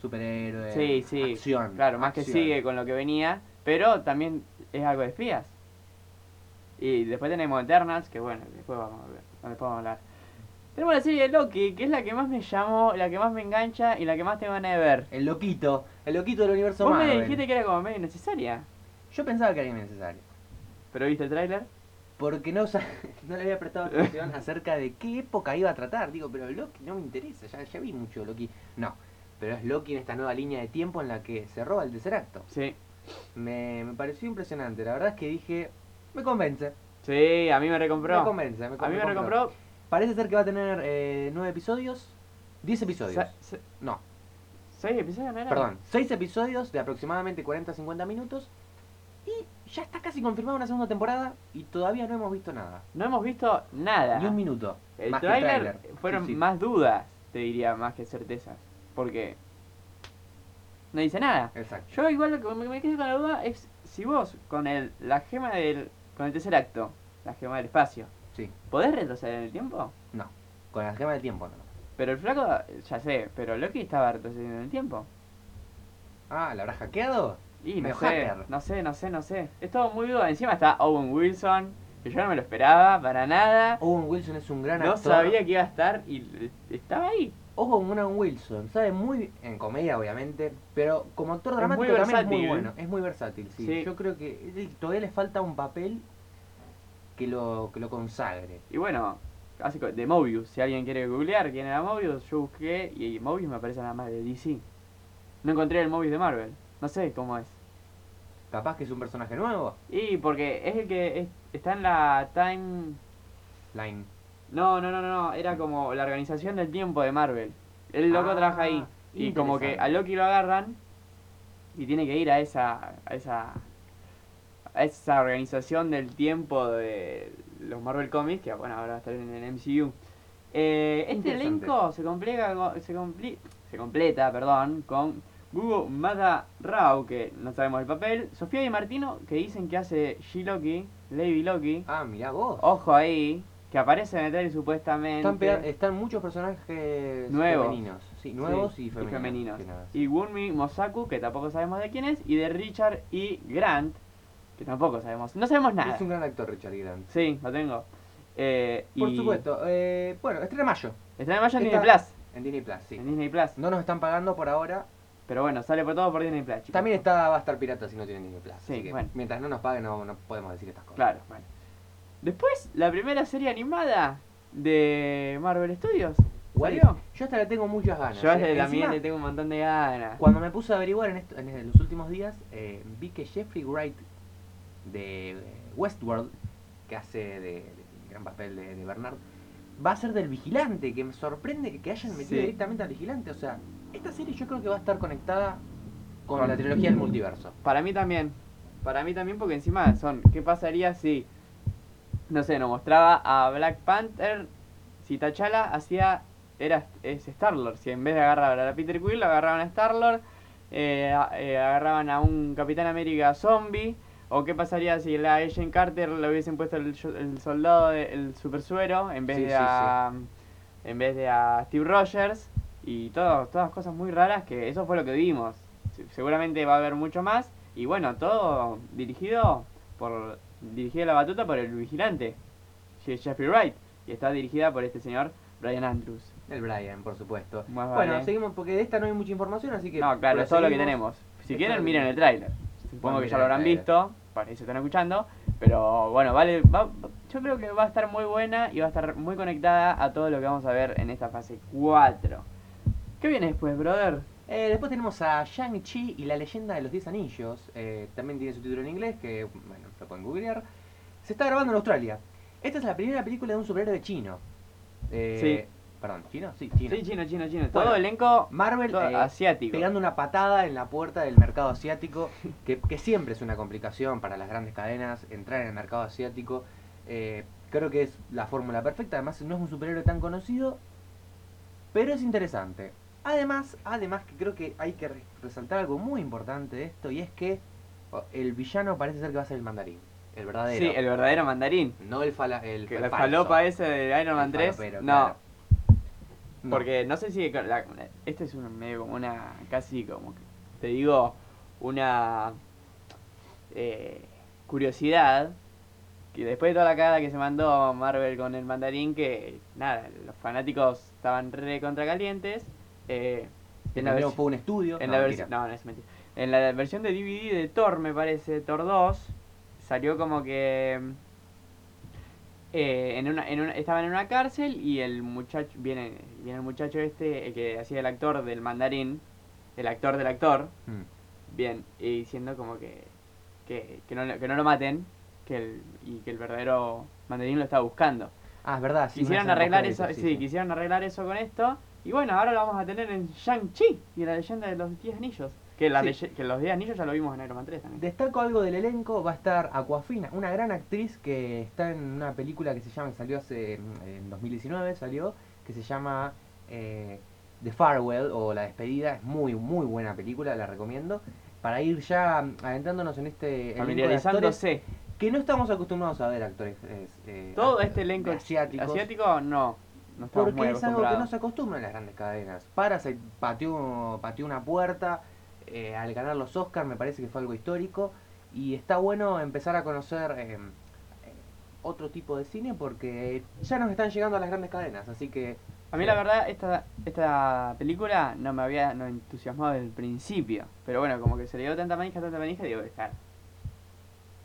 [SPEAKER 2] Superhéroe.
[SPEAKER 1] Sí, sí.
[SPEAKER 2] Acción.
[SPEAKER 1] Claro, más que
[SPEAKER 2] acción.
[SPEAKER 1] sigue con lo que venía, pero también es algo de espías. Y después tenemos Eternals, que bueno, después vamos a ver, después vamos a hablar. Tenemos la serie de Loki, que es la que más me llamó, la que más me engancha y la que más te van a ver.
[SPEAKER 2] El loquito. El loquito del universo
[SPEAKER 1] Vos me
[SPEAKER 2] Marvel.
[SPEAKER 1] dijiste que era como medio innecesaria,
[SPEAKER 2] Yo pensaba que era innecesario.
[SPEAKER 1] pero viste el tráiler.
[SPEAKER 2] Porque no, sa- no le había prestado atención acerca de qué época iba a tratar. Digo, pero Loki no me interesa, ya, ya vi mucho de Loki. No, pero es Loki en esta nueva línea de tiempo en la que se roba el tercer acto.
[SPEAKER 1] Sí.
[SPEAKER 2] Me, me pareció impresionante, la verdad es que dije, me convence.
[SPEAKER 1] Sí, a mí me
[SPEAKER 2] Me
[SPEAKER 1] recompró.
[SPEAKER 2] convence, me,
[SPEAKER 1] A mí me
[SPEAKER 2] compró.
[SPEAKER 1] recompró.
[SPEAKER 2] Parece ser que va a tener eh, nueve episodios, diez episodios.
[SPEAKER 1] Se- se-
[SPEAKER 2] no,
[SPEAKER 1] ¿Seis episodios no eran?
[SPEAKER 2] perdón, seis episodios de aproximadamente 40-50 minutos. Y ya está casi confirmada una segunda temporada y todavía no hemos visto nada.
[SPEAKER 1] No hemos visto nada.
[SPEAKER 2] Ni un minuto.
[SPEAKER 1] Ah. El
[SPEAKER 2] más que
[SPEAKER 1] tráiler
[SPEAKER 2] tráiler.
[SPEAKER 1] fueron
[SPEAKER 2] Sí, sí.
[SPEAKER 1] más dudas, te diría, más que certezas. Porque no dice nada.
[SPEAKER 2] Exacto.
[SPEAKER 1] Yo igual lo que me, me quedé con la duda es si vos con el, la gema del... con el tercer acto, la gema del espacio,
[SPEAKER 2] Sí,
[SPEAKER 1] ¿podés retroceder en el tiempo?
[SPEAKER 2] no. Con la gema del tiempo, no.
[SPEAKER 1] Pero el flaco, ya sé, pero Loki estaba retrocediendo en el tiempo.
[SPEAKER 2] Ah, ¿la habrá hackeado?
[SPEAKER 1] Y no
[SPEAKER 2] Medio
[SPEAKER 1] sé,
[SPEAKER 2] hacker.
[SPEAKER 1] no sé, no sé, no sé. Es todo muy duda. Encima está Owen Wilson, que yo no me lo esperaba para nada.
[SPEAKER 2] Owen Wilson es un gran
[SPEAKER 1] No
[SPEAKER 2] actor.
[SPEAKER 1] sabía que iba a estar y estaba ahí.
[SPEAKER 2] Ojo con Owen Wilson, sabe muy en comedia obviamente, pero como actor
[SPEAKER 1] Es
[SPEAKER 2] dramático
[SPEAKER 1] muy
[SPEAKER 2] también es muy
[SPEAKER 1] versátil.
[SPEAKER 2] bueno, es muy versátil, sí.
[SPEAKER 1] Sí.
[SPEAKER 2] Yo creo que él- todavía le falta un papel que lo que lo consagre.
[SPEAKER 1] Y bueno, hace co- de Mobius, si alguien quiere googlear quién era Mobius, yo busqué y Mobius me aparece nada más de DC. No encontré el Mobius de Marvel, no sé cómo es.
[SPEAKER 2] Capaz que es un personaje nuevo,
[SPEAKER 1] Y porque es el que es- está en la Time...
[SPEAKER 2] Line.
[SPEAKER 1] No, no, no, no, no, era como la organización del tiempo de Marvel. El loco
[SPEAKER 2] Ah,
[SPEAKER 1] trabaja ahí. Y como que a
[SPEAKER 2] interesante.
[SPEAKER 1] Loki lo agarran y tiene que ir a esa... A esa a esa organización del tiempo de los Marvel Comics, que bueno, ahora va a estar en el MCU. Eh, este
[SPEAKER 2] Interesante.
[SPEAKER 1] elenco se complica, co- se, compli- se completa, perdón, con Gugu Mata Rao, que no sabemos el papel, Sofía y Martino, que dicen que hace She-Loki, Lady Loki,
[SPEAKER 2] Ah, mirá vos.
[SPEAKER 1] ojo ahí, que aparece en el trailer supuestamente,
[SPEAKER 2] están, pega- están muchos personajes
[SPEAKER 1] Nuevos.
[SPEAKER 2] femeninos, sí, nuevos
[SPEAKER 1] Sí,
[SPEAKER 2] y femeninos.
[SPEAKER 1] femeninos.
[SPEAKER 2] que nada.
[SPEAKER 1] y Gunmi Mosaku, que tampoco sabemos de quién es, y de Richard E. Grant, que tampoco sabemos, no sabemos nada.
[SPEAKER 2] Es un gran actor Richard Grant.
[SPEAKER 1] Sí, lo tengo. Eh,
[SPEAKER 2] Por
[SPEAKER 1] y
[SPEAKER 2] supuesto, eh, bueno, estrena en mayo
[SPEAKER 1] Está en mayo en
[SPEAKER 2] Está-
[SPEAKER 1] Disney Plus.
[SPEAKER 2] en Disney Plus, sí.
[SPEAKER 1] En Disney Plus.
[SPEAKER 2] No nos están pagando por ahora.
[SPEAKER 1] Pero bueno, sale por todo por Disney Plus. chicos.
[SPEAKER 2] También está, va a estar pirata si no tienen Disney Plus.
[SPEAKER 1] Sí,
[SPEAKER 2] así que
[SPEAKER 1] bueno.
[SPEAKER 2] mientras no nos paguen no, no podemos decir estas cosas.
[SPEAKER 1] Claro, bueno. Después, la primera serie animada de Marvel Studios.
[SPEAKER 2] What
[SPEAKER 1] ¿Salió?
[SPEAKER 2] if? Yo hasta le tengo muchas ganas.
[SPEAKER 1] Yo
[SPEAKER 2] eh.
[SPEAKER 1] desde también
[SPEAKER 2] Encima,
[SPEAKER 1] le tengo un montón de ganas.
[SPEAKER 2] Cuando me puse a averiguar en, esto- en los últimos días, eh, vi que Jeffrey Wright de eh, Westworld, que hace de, de- el gran papel de, de Bernard, va a ser del vigilante, que me sorprende que, que hayan metido
[SPEAKER 1] Sí.
[SPEAKER 2] directamente al vigilante. O sea, esta serie yo creo que va a estar conectada con,
[SPEAKER 1] Con-
[SPEAKER 2] la trilogía del multiverso.
[SPEAKER 1] Para mí también. Para mí también, porque encima son. ¿Qué pasaría si. No sé, nos mostraba a Black Panther. Si T'Challa hacía. Era es Star-Lord. Si en vez de agarrar a Peter Quill, lo agarraban a Star-Lord. eh, a- eh, agarraban a un Capitán América zombie. ¿O qué pasaría si la Agent Carter le hubiesen puesto el, yo- el soldado, de- el super suero, en vez
[SPEAKER 2] Sí,
[SPEAKER 1] de
[SPEAKER 2] sí,
[SPEAKER 1] a, en vez de a Steve Rogers? Y todo, todas cosas muy raras que eso fue lo que vimos. Se- Seguramente va a haber mucho más. Y bueno, todo dirigido por dirigida la batuta por el vigilante, Je- Jeffrey Wright. Y está dirigida por este señor Brian Andrews.
[SPEAKER 2] El Brian, por supuesto.
[SPEAKER 1] Más
[SPEAKER 2] Bueno,
[SPEAKER 1] vale.
[SPEAKER 2] seguimos porque de esta no hay mucha información, así que.
[SPEAKER 1] No, claro, es todo lo que
[SPEAKER 2] proseguimos.
[SPEAKER 1] tenemos. Si
[SPEAKER 2] Es
[SPEAKER 1] quieren,
[SPEAKER 2] todo lo que
[SPEAKER 1] miren
[SPEAKER 2] tenemos.
[SPEAKER 1] el tráiler. Supongo
[SPEAKER 2] Pueden
[SPEAKER 1] que
[SPEAKER 2] mirar
[SPEAKER 1] ya
[SPEAKER 2] el
[SPEAKER 1] lo habrán
[SPEAKER 2] tráiler.
[SPEAKER 1] visto, para eso están escuchando. Pero bueno, vale, va- yo creo que va a estar muy buena y va a estar muy conectada a todo lo que vamos a ver en esta fase 4. ¿Qué viene después, brother?
[SPEAKER 2] Eh, después tenemos a Shang-Chi y la leyenda de los 10 anillos. Eh, también tiene su título en inglés, que bueno, lo pueden googlear. Se está grabando en Australia. Esta es la primera película de un superhéroe chino. Eh, Perdón, ¿chino? Sí, chino.
[SPEAKER 1] Sí, chino, chino, chino.
[SPEAKER 2] Bueno,
[SPEAKER 1] todo elenco
[SPEAKER 2] Marvel
[SPEAKER 1] todo
[SPEAKER 2] eh,
[SPEAKER 1] asiático.
[SPEAKER 2] pegando una patada en la puerta del mercado asiático, que, que siempre es una complicación para las grandes cadenas entrar en el mercado asiático. Eh, creo que es la fórmula perfecta, además no es un superhéroe tan conocido, pero es interesante. Además, además que creo que hay que re- resaltar algo muy importante de esto y es que o, el villano parece ser que va a ser el mandarín, el verdadero.
[SPEAKER 1] Sí, el verdadero mandarín.
[SPEAKER 2] No el fala, el,
[SPEAKER 1] Que
[SPEAKER 2] el
[SPEAKER 1] la
[SPEAKER 2] falso.
[SPEAKER 1] falopa ese de Iron Man
[SPEAKER 2] El
[SPEAKER 1] 3.
[SPEAKER 2] falopero,
[SPEAKER 1] no,
[SPEAKER 2] claro. No.
[SPEAKER 1] porque no sé si. la- este es un medio como una. casi como. que- te digo, una. eh, curiosidad. Que después de toda la cara que se mandó Marvel con el mandarín, que nada, los fanáticos estaban re contracalientes. Eh, en la
[SPEAKER 2] Primero
[SPEAKER 1] vers-
[SPEAKER 2] fue un estudio.
[SPEAKER 1] en
[SPEAKER 2] no,
[SPEAKER 1] la
[SPEAKER 2] mentira.
[SPEAKER 1] versión. No, no es mentira. En la versión de DVD de Thor, me parece, Thor 2, salió como que. eh, en una, en una- estaban en una cárcel y el muchacho. Viene, viene el muchacho este, el que hacía el actor del mandarín, el actor del actor,
[SPEAKER 2] Mm.
[SPEAKER 1] bien, y diciendo como que. que, que no, lo- que no lo maten que el, y que el verdadero mandarín lo está buscando.
[SPEAKER 2] Ah, es verdad. sí, me
[SPEAKER 1] Quisieron
[SPEAKER 2] hacen
[SPEAKER 1] arreglar
[SPEAKER 2] coger
[SPEAKER 1] eso, sí, quisieron arreglar eso con esto. Y bueno, ahora lo vamos a tener en Shang-Chi y la leyenda de los 10 anillos. Que, la
[SPEAKER 2] Sí.
[SPEAKER 1] leye- que los 10 anillos ya lo vimos en Iron Man 3 también.
[SPEAKER 2] Destaco algo del elenco, va a estar Aquafina, una gran actriz que está en una película que se llama, que salió hace, mm, en 2019, salió, que se llama eh, The Farewell o La Despedida, es muy, muy buena película, la recomiendo, para ir ya adentrándonos en este elenco de actores
[SPEAKER 1] Familiarizándose.
[SPEAKER 2] que no estamos acostumbrados a ver actores es, eh,
[SPEAKER 1] Todo
[SPEAKER 2] a-
[SPEAKER 1] este elenco
[SPEAKER 2] asiáticos,
[SPEAKER 1] asiático, no. No estamos muy
[SPEAKER 2] porque es algo que no
[SPEAKER 1] acostumbrados.
[SPEAKER 2] se acostumbra en las grandes cadenas. Para, se pateó, pateó una puerta eh, al ganar los Oscars, me parece que fue algo histórico. Y está bueno empezar a conocer eh, eh, otro tipo de cine porque ya nos están llegando a las grandes cadenas. Así que
[SPEAKER 1] A mí la verdad, esta, esta película no me había no entusiasmado desde el principio. Pero bueno, como que se le dio tanta manija, tanta manija, digo, dejar.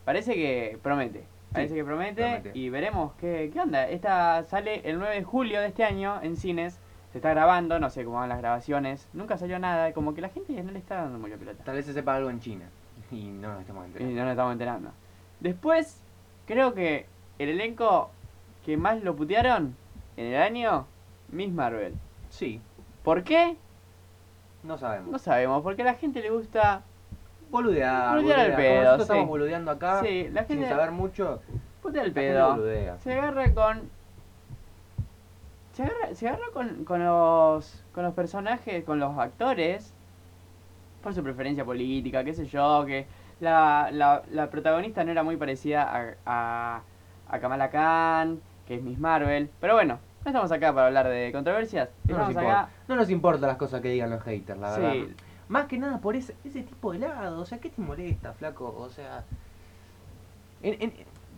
[SPEAKER 1] Parece que promete. Parece que promete,
[SPEAKER 2] promete.
[SPEAKER 1] y veremos qué, qué onda. Esta sale el 9 de julio de este año en cines. Se está grabando, no sé cómo van las grabaciones. Nunca salió nada, como que la gente no le está dando mucha pelota.
[SPEAKER 2] tal vez se sepa algo en China. Y no nos estamos
[SPEAKER 1] Y
[SPEAKER 2] enterando.
[SPEAKER 1] no nos estamos enterando. Después, creo que el elenco que más lo putearon en el año, Miss Marvel.
[SPEAKER 2] Sí,
[SPEAKER 1] ¿Por qué?
[SPEAKER 2] no sabemos.
[SPEAKER 1] Eh, No sabemos, porque a la gente le gusta.
[SPEAKER 2] Boludear,
[SPEAKER 1] Boludear al
[SPEAKER 2] boludear. Como
[SPEAKER 1] pedo,
[SPEAKER 2] nosotros
[SPEAKER 1] sí.
[SPEAKER 2] estamos boludeando acá
[SPEAKER 1] sí, la
[SPEAKER 2] Ah, sin
[SPEAKER 1] gente.
[SPEAKER 2] saber mucho.
[SPEAKER 1] Puta el
[SPEAKER 2] la gente
[SPEAKER 1] pedo.
[SPEAKER 2] boludea.
[SPEAKER 1] Se agarra con. Se agarra, se agarra con, con los. con los personajes, con los actores. Por su preferencia política, qué sé yo, que. La, la, la protagonista no era muy parecida a, a, a Kamala Khan, que es Miss Marvel. Pero bueno, no estamos acá para hablar de controversias.
[SPEAKER 2] No nos,
[SPEAKER 1] Estamos
[SPEAKER 2] importa,
[SPEAKER 1] acá.
[SPEAKER 2] no nos importa las cosas que digan los haters, la verdad.
[SPEAKER 1] Sí.
[SPEAKER 2] Más que nada por ese, ese tipo de lado. O sea, ¿qué te molesta, flaco? O sea. en- en-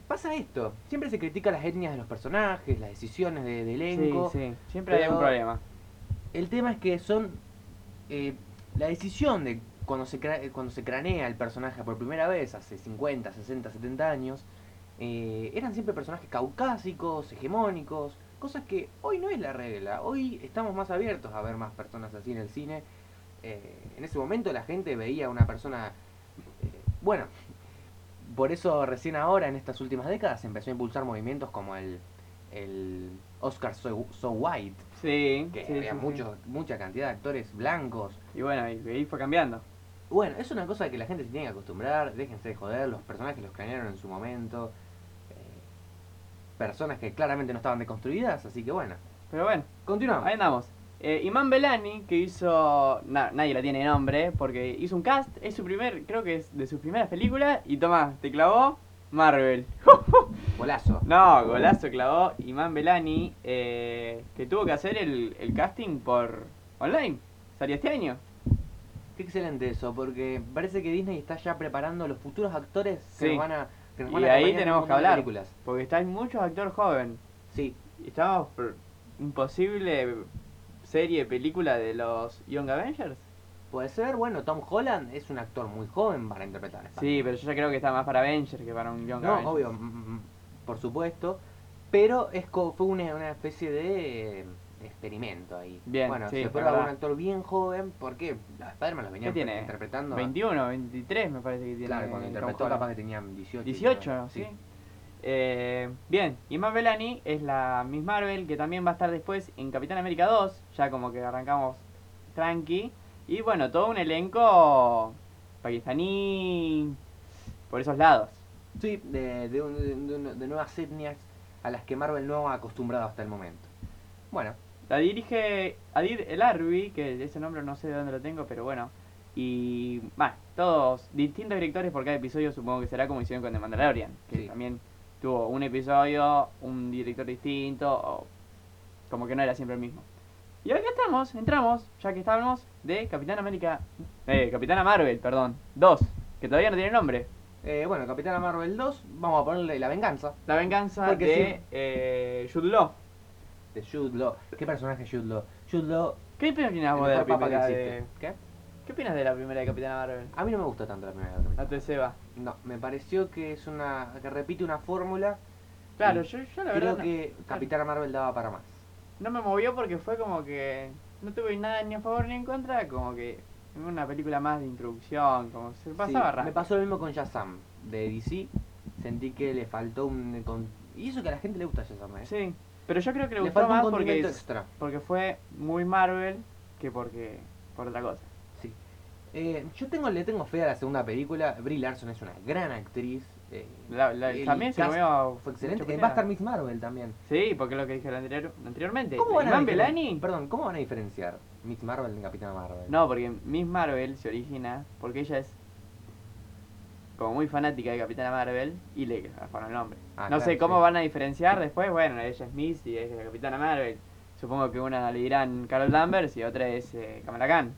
[SPEAKER 2] pasa esto. Siempre se critica las etnias de los personajes, las decisiones de, de
[SPEAKER 1] Sí,
[SPEAKER 2] elenco.
[SPEAKER 1] sí. Siempre hay
[SPEAKER 2] pero-
[SPEAKER 1] un problema.
[SPEAKER 2] El tema es que son. eh, la decisión de cuando se, cra- eh, cuando se cranea el personaje por primera vez, hace 50, 60, 70 años, eh, eran siempre personajes caucásicos, hegemónicos, cosas que hoy no es la regla. Hoy estamos más abiertos a ver más personas así en el cine. Eh, en ese momento la gente veía a una persona. eh, bueno, por eso recién ahora, en estas últimas décadas, se empezó a impulsar movimientos como el. el Oscar So- so White,
[SPEAKER 1] Sí,
[SPEAKER 2] que
[SPEAKER 1] sí,
[SPEAKER 2] había
[SPEAKER 1] sí, sí.
[SPEAKER 2] muchos, mucha cantidad de actores blancos.
[SPEAKER 1] Y bueno, y, y fue cambiando.
[SPEAKER 2] Bueno, es una cosa que la gente se tiene que acostumbrar, déjense de joder, los personajes los planearon en su momento. eh, personas que claramente no estaban deconstruidas, así que bueno,
[SPEAKER 1] Pero bueno.
[SPEAKER 2] continuamos.
[SPEAKER 1] Ahí andamos. Eh, Iman Belani, que hizo. na- nadie la tiene nombre, porque hizo un cast, es su primer, creo que es de sus primeras películas, y toma, te clavó Marvel.
[SPEAKER 2] Golazo.
[SPEAKER 1] No, golazo clavó Iman Belani, eh, que tuvo que hacer el, el casting por online. Salió este año.
[SPEAKER 2] Qué excelente eso, porque parece que Disney está ya preparando los futuros actores que
[SPEAKER 1] Sí.
[SPEAKER 2] nos van a. Que nos
[SPEAKER 1] Y
[SPEAKER 2] van a
[SPEAKER 1] ahí
[SPEAKER 2] acompañar en un
[SPEAKER 1] tenemos que
[SPEAKER 2] montón de
[SPEAKER 1] hablar.
[SPEAKER 2] películas.
[SPEAKER 1] Porque están muchos actores jóvenes.
[SPEAKER 2] Sí,
[SPEAKER 1] Y estábamos por imposible serie, película de los Young Avengers.
[SPEAKER 2] puede ser. Bueno, Tom Holland es un actor muy joven para interpretar. a
[SPEAKER 1] Sí, pero yo ya creo que está más para Avengers que para un Young
[SPEAKER 2] Ah. No,
[SPEAKER 1] Avengers.
[SPEAKER 2] obvio, mm, mm, por supuesto. Pero es co- fue una, una especie de eh, experimento ahí.
[SPEAKER 1] Bien,
[SPEAKER 2] bueno,
[SPEAKER 1] sí,
[SPEAKER 2] se
[SPEAKER 1] es
[SPEAKER 2] prueba un
[SPEAKER 1] verdad.
[SPEAKER 2] actor bien joven, porque a Spider-Man lo
[SPEAKER 1] ¿Qué
[SPEAKER 2] venían
[SPEAKER 1] tiene? eh,
[SPEAKER 2] interpretando.
[SPEAKER 1] 21, 23 me parece que tiene.
[SPEAKER 2] Claro, cuando
[SPEAKER 1] Tom
[SPEAKER 2] interpretó
[SPEAKER 1] Holland.
[SPEAKER 2] capaz que tenían 18.
[SPEAKER 1] 18,
[SPEAKER 2] ¿no?
[SPEAKER 1] ¿sí? Eh, bien, y Emma Belani es la Miss Marvel que también va a estar después en Capitán América 2, ya como que arrancamos tranqui. Y bueno, todo un elenco pakistaní por esos lados.
[SPEAKER 2] Sí, de, de un- de un- de un- de nuevas etnias a las que Marvel no ha acostumbrado hasta el momento. Bueno,
[SPEAKER 1] La dirige Adir El Arbi, que ese nombre no sé de dónde lo tengo, pero bueno. Y, bueno, todos, distintos directores por cada episodio, supongo que será como hicieron con The Mandalorian, que
[SPEAKER 2] Sí.
[SPEAKER 1] también tuvo un episodio, un director distinto, o como que no era siempre el mismo. Y acá estamos, entramos, ya que estábamos, de Capitán América, eh, Capitana Marvel, perdón, 2, que todavía no tiene nombre.
[SPEAKER 2] Eh, bueno, Capitana Marvel 2, vamos a ponerle la venganza
[SPEAKER 1] La venganza
[SPEAKER 2] Porque
[SPEAKER 1] de
[SPEAKER 2] sí.
[SPEAKER 1] eh, Jude Law.
[SPEAKER 2] de Jude Law. ¿Qué personaje es Jude Law? Jude Law,
[SPEAKER 1] ¿Qué
[SPEAKER 2] el
[SPEAKER 1] opinas vos de la
[SPEAKER 2] mejor papa que
[SPEAKER 1] primera de...
[SPEAKER 2] existe. ¿Qué?
[SPEAKER 1] ¿Qué opinas de la primera de Capitana Marvel?
[SPEAKER 2] A mí no me gusta tanto la primera de
[SPEAKER 1] La
[SPEAKER 2] Capitana.
[SPEAKER 1] te Seba.
[SPEAKER 2] No, me pareció que es una. que repite una fórmula.
[SPEAKER 1] Claro,
[SPEAKER 2] Y
[SPEAKER 1] yo, yo la
[SPEAKER 2] Mm. Creo
[SPEAKER 1] verdad
[SPEAKER 2] que Capitana Marvel daba para más.
[SPEAKER 1] no, no me movió porque fue como que no tuve nada ni a favor ni en contra, como que una película más de introducción, como se pasaba
[SPEAKER 2] Sí,
[SPEAKER 1] rápido.
[SPEAKER 2] Me pasó lo mismo con Shazam de DC. Sentí que le faltó un. con- Y eso que a la gente le gusta Shazam, ¿eh?
[SPEAKER 1] Sí, pero yo creo que le
[SPEAKER 2] le
[SPEAKER 1] gustó
[SPEAKER 2] falta
[SPEAKER 1] más
[SPEAKER 2] un
[SPEAKER 1] porque,
[SPEAKER 2] condimento
[SPEAKER 1] es-
[SPEAKER 2] extra.
[SPEAKER 1] porque fue muy Marvel que porque por otra cosa.
[SPEAKER 2] Sí. Eh, yo tengo, le tengo fe a la segunda película. Brie Larson es una gran actriz. eh,
[SPEAKER 1] La, la-
[SPEAKER 2] el
[SPEAKER 1] también se lo
[SPEAKER 2] cast
[SPEAKER 1] veo
[SPEAKER 2] Fue excelente.
[SPEAKER 1] mucho
[SPEAKER 2] Eh, va a estar
[SPEAKER 1] mejor.
[SPEAKER 2] Miss Marvel también.
[SPEAKER 1] Sí, porque es lo que dije anterior- anteriormente.
[SPEAKER 2] ¿Cómo van, a
[SPEAKER 1] Iván
[SPEAKER 2] diferen-
[SPEAKER 1] Belani?
[SPEAKER 2] Perdón, ¿Cómo van a diferenciar Miss Marvel de Capitana Marvel?
[SPEAKER 1] No, porque Miss Marvel se origina porque ella es como muy fanática de Capitana Marvel y le gafaron el nombre.
[SPEAKER 2] Ah,
[SPEAKER 1] no sé
[SPEAKER 2] claro,
[SPEAKER 1] cómo
[SPEAKER 2] sí.
[SPEAKER 1] van a diferenciar después, bueno, ella es Miss y ella es la Capitana Marvel. Supongo que una le dirán Carol Danvers y otra es eh, Kamala Khan.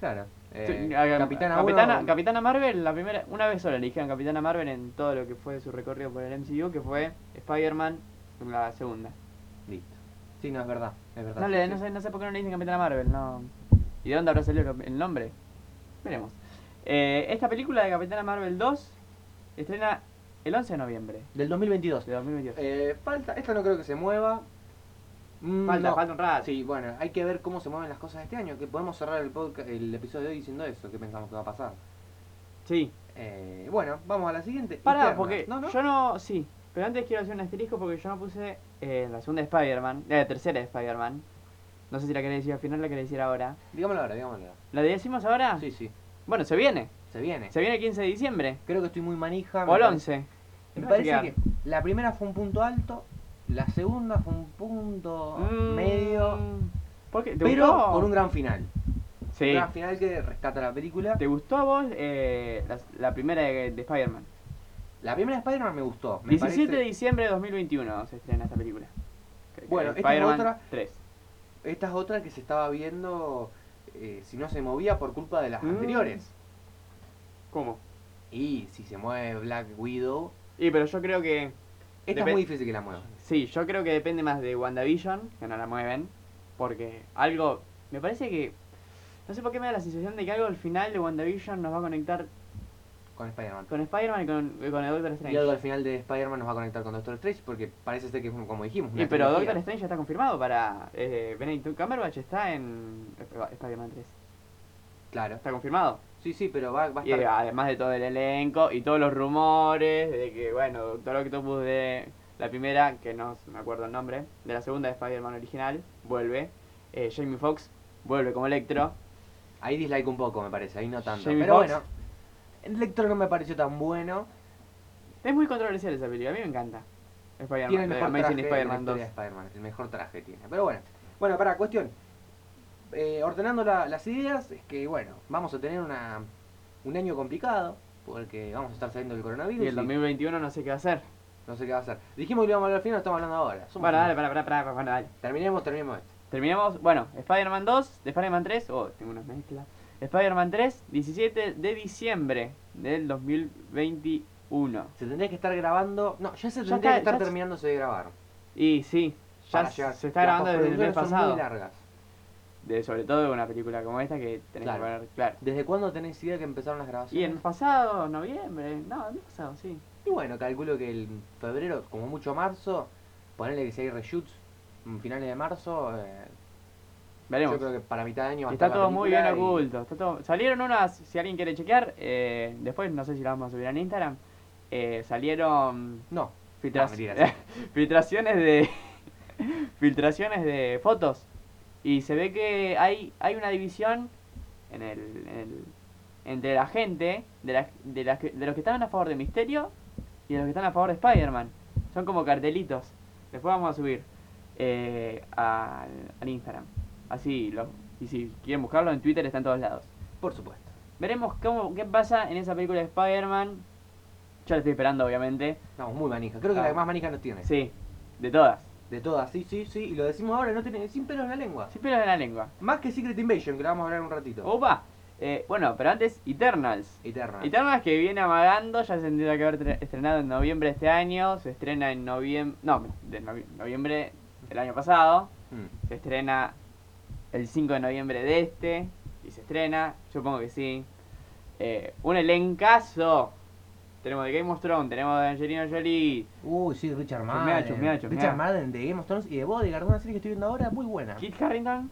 [SPEAKER 2] Claro. eh,
[SPEAKER 1] Tu- hagan-
[SPEAKER 2] Capitana,
[SPEAKER 1] Capitana,
[SPEAKER 2] uno-
[SPEAKER 1] Capitana Marvel, la primera, una vez solo le dijeron Capitana Marvel en todo lo que fue su recorrido por el MCU, que fue Spider-Man, la segunda.
[SPEAKER 2] Listo. Sí, no, es verdad. Es verdad
[SPEAKER 1] No,
[SPEAKER 2] sí,
[SPEAKER 1] le-
[SPEAKER 2] sí.
[SPEAKER 1] no sé, no sé por qué no le dicen Capitana Marvel, no. ¿Y de dónde habrá salido el cap- el nombre? Veremos. Eh, esta película de Capitana Marvel 2 estrena el 11 de noviembre
[SPEAKER 2] Del 2022.
[SPEAKER 1] de 2022.
[SPEAKER 2] Eh, falta, esta no creo que se mueva. Mm,
[SPEAKER 1] falta,
[SPEAKER 2] no.
[SPEAKER 1] falta un rato.
[SPEAKER 2] Sí, bueno, hay que ver cómo se mueven las cosas este año, que podemos cerrar el, podca- el episodio de hoy diciendo eso, que pensamos que va a pasar.
[SPEAKER 1] Sí.
[SPEAKER 2] Eh, bueno, vamos a la siguiente.
[SPEAKER 1] Pará,
[SPEAKER 2] Interna.
[SPEAKER 1] porque
[SPEAKER 2] No, no.
[SPEAKER 1] yo no. Sí, pero antes quiero hacer un asterisco porque yo no puse eh, la segunda de Spider-Man, eh, la tercera de Spider-Man. No sé si la querés decir al final o la querés decir ahora.
[SPEAKER 2] Digámoslo ahora, digámoslo ahora.
[SPEAKER 1] ¿La decimos ahora?
[SPEAKER 2] Sí, sí,
[SPEAKER 1] Bueno, se viene.
[SPEAKER 2] se viene.
[SPEAKER 1] Ah. Se viene el 15 de diciembre.
[SPEAKER 2] Creo que estoy muy manija.
[SPEAKER 1] O el
[SPEAKER 2] Ah, me
[SPEAKER 1] 11.
[SPEAKER 2] parece- Me
[SPEAKER 1] No
[SPEAKER 2] parece
[SPEAKER 1] llegar.
[SPEAKER 2] que la primera fue un punto alto, la segunda fue un punto medio,
[SPEAKER 1] Mm, ¿Por qué? ¿Te
[SPEAKER 2] pero
[SPEAKER 1] gustó?
[SPEAKER 2] con un gran final.
[SPEAKER 1] Sí.
[SPEAKER 2] Un gran final que rescata la película.
[SPEAKER 1] ¿Te gustó a vos eh, la, la primera de, de Spider-Man?
[SPEAKER 2] La primera de Spider-Man me gustó. Me
[SPEAKER 1] 17
[SPEAKER 2] parece-
[SPEAKER 1] de diciembre de 2021 se estrena esta película.
[SPEAKER 2] Bueno, esta es
[SPEAKER 1] Spider-Man
[SPEAKER 2] otra.
[SPEAKER 1] 3.
[SPEAKER 2] Esta es otra que se estaba viendo eh, si no se movía por culpa de las
[SPEAKER 1] Mm.
[SPEAKER 2] anteriores.
[SPEAKER 1] ¿Cómo?
[SPEAKER 2] Y si se mueve Black Widow,
[SPEAKER 1] Y pero yo creo que.
[SPEAKER 2] esta
[SPEAKER 1] Depen-
[SPEAKER 2] es muy difícil que la mueva.
[SPEAKER 1] Sí, yo creo que depende más de WandaVision, que no la mueven. Porque algo. Me parece que. No sé por qué me da la sensación de que algo al final de WandaVision nos va a conectar
[SPEAKER 2] con Spider-Man.
[SPEAKER 1] con Spider-Man y con, y con el Doctor
[SPEAKER 2] Y algo al
[SPEAKER 1] Strange.
[SPEAKER 2] final de Spider-Man nos va a conectar con Doctor Strange porque parece ser que es un- como dijimos.
[SPEAKER 1] Y
[SPEAKER 2] una
[SPEAKER 1] pero
[SPEAKER 2] trilogía.
[SPEAKER 1] Doctor Strange ya está confirmado para. Eh, Benedict Cumberbatch está en Sp- Spider-Man 3.
[SPEAKER 2] Claro.
[SPEAKER 1] Está confirmado.
[SPEAKER 2] Sí, sí, pero va, va a
[SPEAKER 1] Y
[SPEAKER 2] estar.
[SPEAKER 1] además de todo el elenco y todos los rumores de que, bueno, Doctor Octopus de la primera, que no me acuerdo el nombre, de la segunda de Spider-Man original, vuelve. Eh, Jamie Foxx vuelve como Electro.
[SPEAKER 2] Ahí dislike un poco, me parece. Ahí no tanto.
[SPEAKER 1] Jamie
[SPEAKER 2] pero
[SPEAKER 1] Foxx.
[SPEAKER 2] bueno. El lector no me pareció tan bueno.
[SPEAKER 1] Es muy controversial esa película, a mí me encanta. Spider-Man,
[SPEAKER 2] Tiene el
[SPEAKER 1] de
[SPEAKER 2] mejor traje
[SPEAKER 1] Amazing
[SPEAKER 2] de la
[SPEAKER 1] Spider-Man 2.
[SPEAKER 2] historia de Spider-Man. El mejor traje tiene. Pero bueno. Bueno, para cuestión. Eh, ordenando la- las ideas, es que bueno, vamos a tener una, un año complicado. Porque vamos a estar saliendo del coronavirus.
[SPEAKER 1] Y el 2021 no sé qué va a hacer.
[SPEAKER 2] No sé qué va a hacer. Dijimos que lo íbamos a hablar al final, lo estamos hablando ahora. Somos
[SPEAKER 1] Bueno, dale,
[SPEAKER 2] unos-
[SPEAKER 1] para, para, para, para, dale.
[SPEAKER 2] Terminemos, terminemos esto.
[SPEAKER 1] Terminamos, bueno, Spider-Man 2, de Spider-Man 3, oh, tengo una mezcla. Spider-Man 3, 17 de diciembre del 2021.
[SPEAKER 2] Se tendría que estar grabando. No, ya se
[SPEAKER 1] Ya
[SPEAKER 2] tendría
[SPEAKER 1] está,
[SPEAKER 2] que estar
[SPEAKER 1] ya se-
[SPEAKER 2] terminándose de grabar.
[SPEAKER 1] Y sí, ya
[SPEAKER 2] para llegar.
[SPEAKER 1] se está
[SPEAKER 2] Las
[SPEAKER 1] grabando desde el mes
[SPEAKER 2] postproducciones son
[SPEAKER 1] pasado.
[SPEAKER 2] Muy largas.
[SPEAKER 1] De, sobre todo de una película como esta que tenés
[SPEAKER 2] Claro.
[SPEAKER 1] que poner claro.
[SPEAKER 2] ¿Desde cuándo tenés idea que empezaron las grabaciones?
[SPEAKER 1] Y el mes pasado, noviembre, no, el mes pasado, sí.
[SPEAKER 2] Y bueno, calculo que el febrero, como mucho marzo, ponerle que si hay reshoots, mm, finales de marzo, eh,
[SPEAKER 1] Veremos.
[SPEAKER 2] yo creo que para mitad de año va a
[SPEAKER 1] Está
[SPEAKER 2] estar la
[SPEAKER 1] todo muy bien
[SPEAKER 2] película y-
[SPEAKER 1] oculto. Está todo... Salieron unas, si alguien quiere chequear, eh, después no sé si las vamos a subir en Instagram. eh, salieron
[SPEAKER 2] No,
[SPEAKER 1] filtra-
[SPEAKER 2] Ah, mentira,
[SPEAKER 1] filtraciones de filtraciones de fotos y se ve que hay hay una división en el, en el- entre la gente de, la- de, las que- de los que estaban a favor de Misterio y de los que están a favor de Spider-Man. Son como cartelitos. Después vamos a subir. eh, al, al Instagram. Así, lo, y si quieren buscarlo en Twitter está en todos lados.
[SPEAKER 2] Por supuesto.
[SPEAKER 1] Veremos cómo, qué pasa en esa película de Spider-Man. Yo la estoy esperando, obviamente.
[SPEAKER 2] Estamos muy manija. Creo que
[SPEAKER 1] Ah.
[SPEAKER 2] la que más manija nos tiene.
[SPEAKER 1] Sí, de todas.
[SPEAKER 2] De todas, sí, sí, sí. Y lo decimos ahora, no tiene, sin pelos en la lengua.
[SPEAKER 1] Sin pelos en la lengua.
[SPEAKER 2] Más que Secret Invasion, que la vamos a hablar en un ratito.
[SPEAKER 1] Opa. Eh, bueno, pero antes, Eternals.
[SPEAKER 2] Eterna.
[SPEAKER 1] Eternals que viene amagando, ya se tendría que haber tre- estrenado en noviembre de este año, se estrena en noviembre, no, de novie- noviembre del año pasado,
[SPEAKER 2] Mm.
[SPEAKER 1] se estrena el 5 de noviembre de este, y se estrena, yo supongo que sí. Eh, un elencazo, tenemos de Game of Thrones, tenemos de Angelina Jolie,
[SPEAKER 2] Uy, sí, Richard
[SPEAKER 1] Chusmea,
[SPEAKER 2] Madden.
[SPEAKER 1] chusmea, chusmea.
[SPEAKER 2] Richard Madden de Game of Thrones y de Bodyguard, una serie que estoy viendo ahora muy buena. Kit,
[SPEAKER 1] Kit Harrington,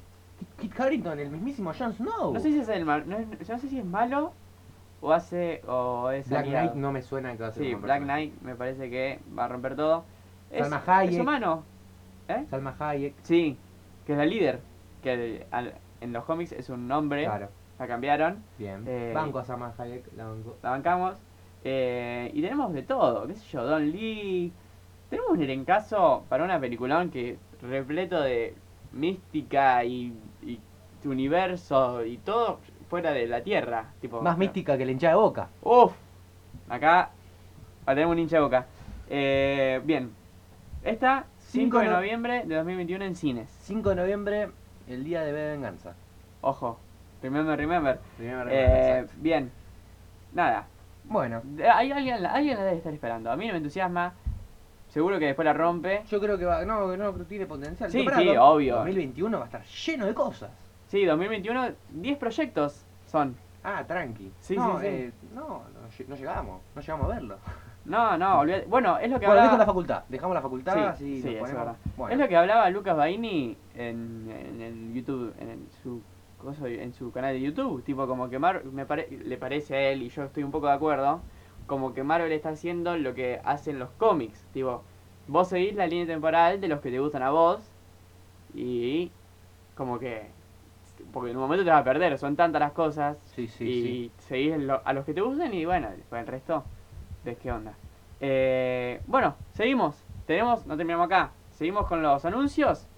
[SPEAKER 2] Kit Harington, el mismísimo Jon Snow.
[SPEAKER 1] no sé si es el mal- no, no- yo no sé si es malo o hace o es
[SPEAKER 2] Black
[SPEAKER 1] aliado.
[SPEAKER 2] Knight no me suena que va a ser
[SPEAKER 1] Sí,
[SPEAKER 2] un buen
[SPEAKER 1] Black
[SPEAKER 2] personaje.
[SPEAKER 1] Knight me parece que va a romper todo. Es,
[SPEAKER 2] Salma Hayek.
[SPEAKER 1] es humano.
[SPEAKER 2] Salma Hayek.
[SPEAKER 1] Sí, que es la líder. Que al- en los cómics es un nombre.
[SPEAKER 2] Claro,
[SPEAKER 1] La cambiaron.
[SPEAKER 2] bien.
[SPEAKER 1] Eh,
[SPEAKER 2] Banco a Salma Hayek, la banco.
[SPEAKER 1] La bancamos. eh, y tenemos de todo. ¿Qué sé yo? Don Lee. Tenemos un elencazo para una peliculón que repleto de mística y, y universo y todo fuera de la Tierra. Tipo,
[SPEAKER 2] Más
[SPEAKER 1] no.
[SPEAKER 2] mística que la hinchada de boca.
[SPEAKER 1] Uf, acá ah, tenemos un hincha de boca. Eh, bien, esta 5
[SPEAKER 2] Cinco
[SPEAKER 1] de
[SPEAKER 2] no-
[SPEAKER 1] noviembre de 2021 en cines.
[SPEAKER 2] 5 de noviembre, el día de B de venganza.
[SPEAKER 1] Ojo, remember, remember.
[SPEAKER 2] Primero
[SPEAKER 1] Eh, bien, nada,
[SPEAKER 2] Bueno,
[SPEAKER 1] de- hay alguien, alguien la debe estar esperando. A mí no me entusiasma, seguro que después la rompe.
[SPEAKER 2] yo creo que va. No, que no tiene potencial.
[SPEAKER 1] Sí,
[SPEAKER 2] Comparado
[SPEAKER 1] sí,
[SPEAKER 2] con
[SPEAKER 1] obvio.
[SPEAKER 2] 2021 va a estar lleno de cosas.
[SPEAKER 1] Sí, 2021, 10 proyectos son.
[SPEAKER 2] Ah, tranqui.
[SPEAKER 1] Sí,
[SPEAKER 2] no,
[SPEAKER 1] sí, sí.
[SPEAKER 2] eh, no, no, lle- no llegamos. No llegamos a verlo.
[SPEAKER 1] No, no, olvídate. Bueno, es lo que
[SPEAKER 2] Bueno, dejo la
[SPEAKER 1] hablaba.
[SPEAKER 2] facultad. Dejamos la facultad
[SPEAKER 1] Sí,
[SPEAKER 2] así
[SPEAKER 1] sí,
[SPEAKER 2] nos
[SPEAKER 1] es
[SPEAKER 2] ponemos.
[SPEAKER 1] verdad.
[SPEAKER 2] Bueno,
[SPEAKER 1] Es lo que hablaba Lucas Baini en, en el YouTube, en el- su cosa- en su canal de YouTube, tipo como que Mar me pare- le parece a él y yo estoy un poco de acuerdo, como que Marvel está haciendo lo que hacen los cómics, tipo vos seguís la línea temporal de los que te gustan a vos y como que porque en un momento te vas a perder, son tantas las cosas
[SPEAKER 2] Sí, sí,
[SPEAKER 1] y
[SPEAKER 2] sí.
[SPEAKER 1] seguís lo- a los que te gustan y bueno, después el resto, ves qué onda. Eh, bueno, seguimos. Tenemos, no terminamos acá. Seguimos con los anuncios.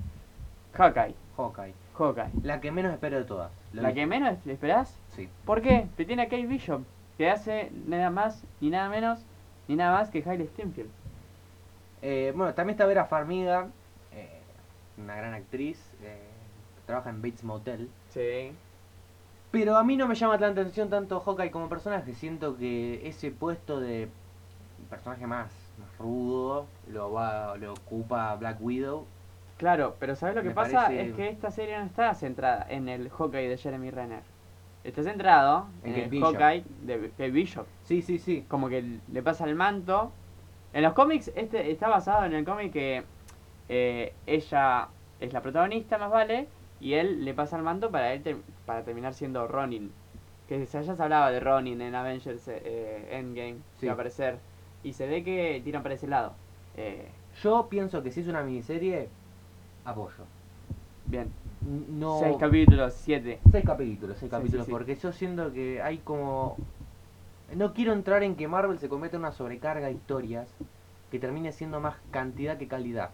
[SPEAKER 1] Hawkeye,
[SPEAKER 2] Hawkeye.
[SPEAKER 1] Hawkeye.
[SPEAKER 2] La que menos espero de todas. Lo
[SPEAKER 1] La que
[SPEAKER 2] dije.
[SPEAKER 1] menos te esperás.
[SPEAKER 2] Sí.
[SPEAKER 1] ¿Por qué? Te tiene a Kate Bishop, que hace nada más ni nada menos ni nada más que Hailey Steinfeld.
[SPEAKER 2] Eh, bueno, también está Vera Farmiga, eh, una gran actriz. eh, trabaja en Bates Motel.
[SPEAKER 1] Sí.
[SPEAKER 2] Pero a mí no me llama la atención tanto Hawkeye como personaje. Siento que ese puesto de personaje más, más rudo lo va lo ocupa Black Widow.
[SPEAKER 1] Claro, pero ¿sabes lo que
[SPEAKER 2] Me
[SPEAKER 1] pasa?
[SPEAKER 2] parece-
[SPEAKER 1] Es que esta serie no está centrada en el Hawkeye de Jeremy Renner. Está centrado
[SPEAKER 2] En
[SPEAKER 1] en,
[SPEAKER 2] Kate
[SPEAKER 1] el
[SPEAKER 2] Bishop.
[SPEAKER 1] Hawkeye de Kate Bishop.
[SPEAKER 2] Sí, sí, sí.
[SPEAKER 1] como que le pasa el manto. En los cómics, este está basado en el cómic que eh, ella es la protagonista, más vale, y él le pasa el manto para él ter- para terminar siendo Ronin. Que se- ya se hablaba de Ronin en Avengers eh, Endgame,
[SPEAKER 2] Sí.
[SPEAKER 1] de aparecer. Y se ve que tiran para ese lado. Eh,
[SPEAKER 2] Yo pienso que si es una miniserie, apoyo.
[SPEAKER 1] bien.
[SPEAKER 2] N- No.
[SPEAKER 1] Seis capítulos, siete.
[SPEAKER 2] Seis capítulos, seis
[SPEAKER 1] Sí,
[SPEAKER 2] capítulos,
[SPEAKER 1] sí, sí.
[SPEAKER 2] porque yo siento que hay como... No quiero entrar en que Marvel se cometa una sobrecarga de historias que termine siendo más cantidad que calidad.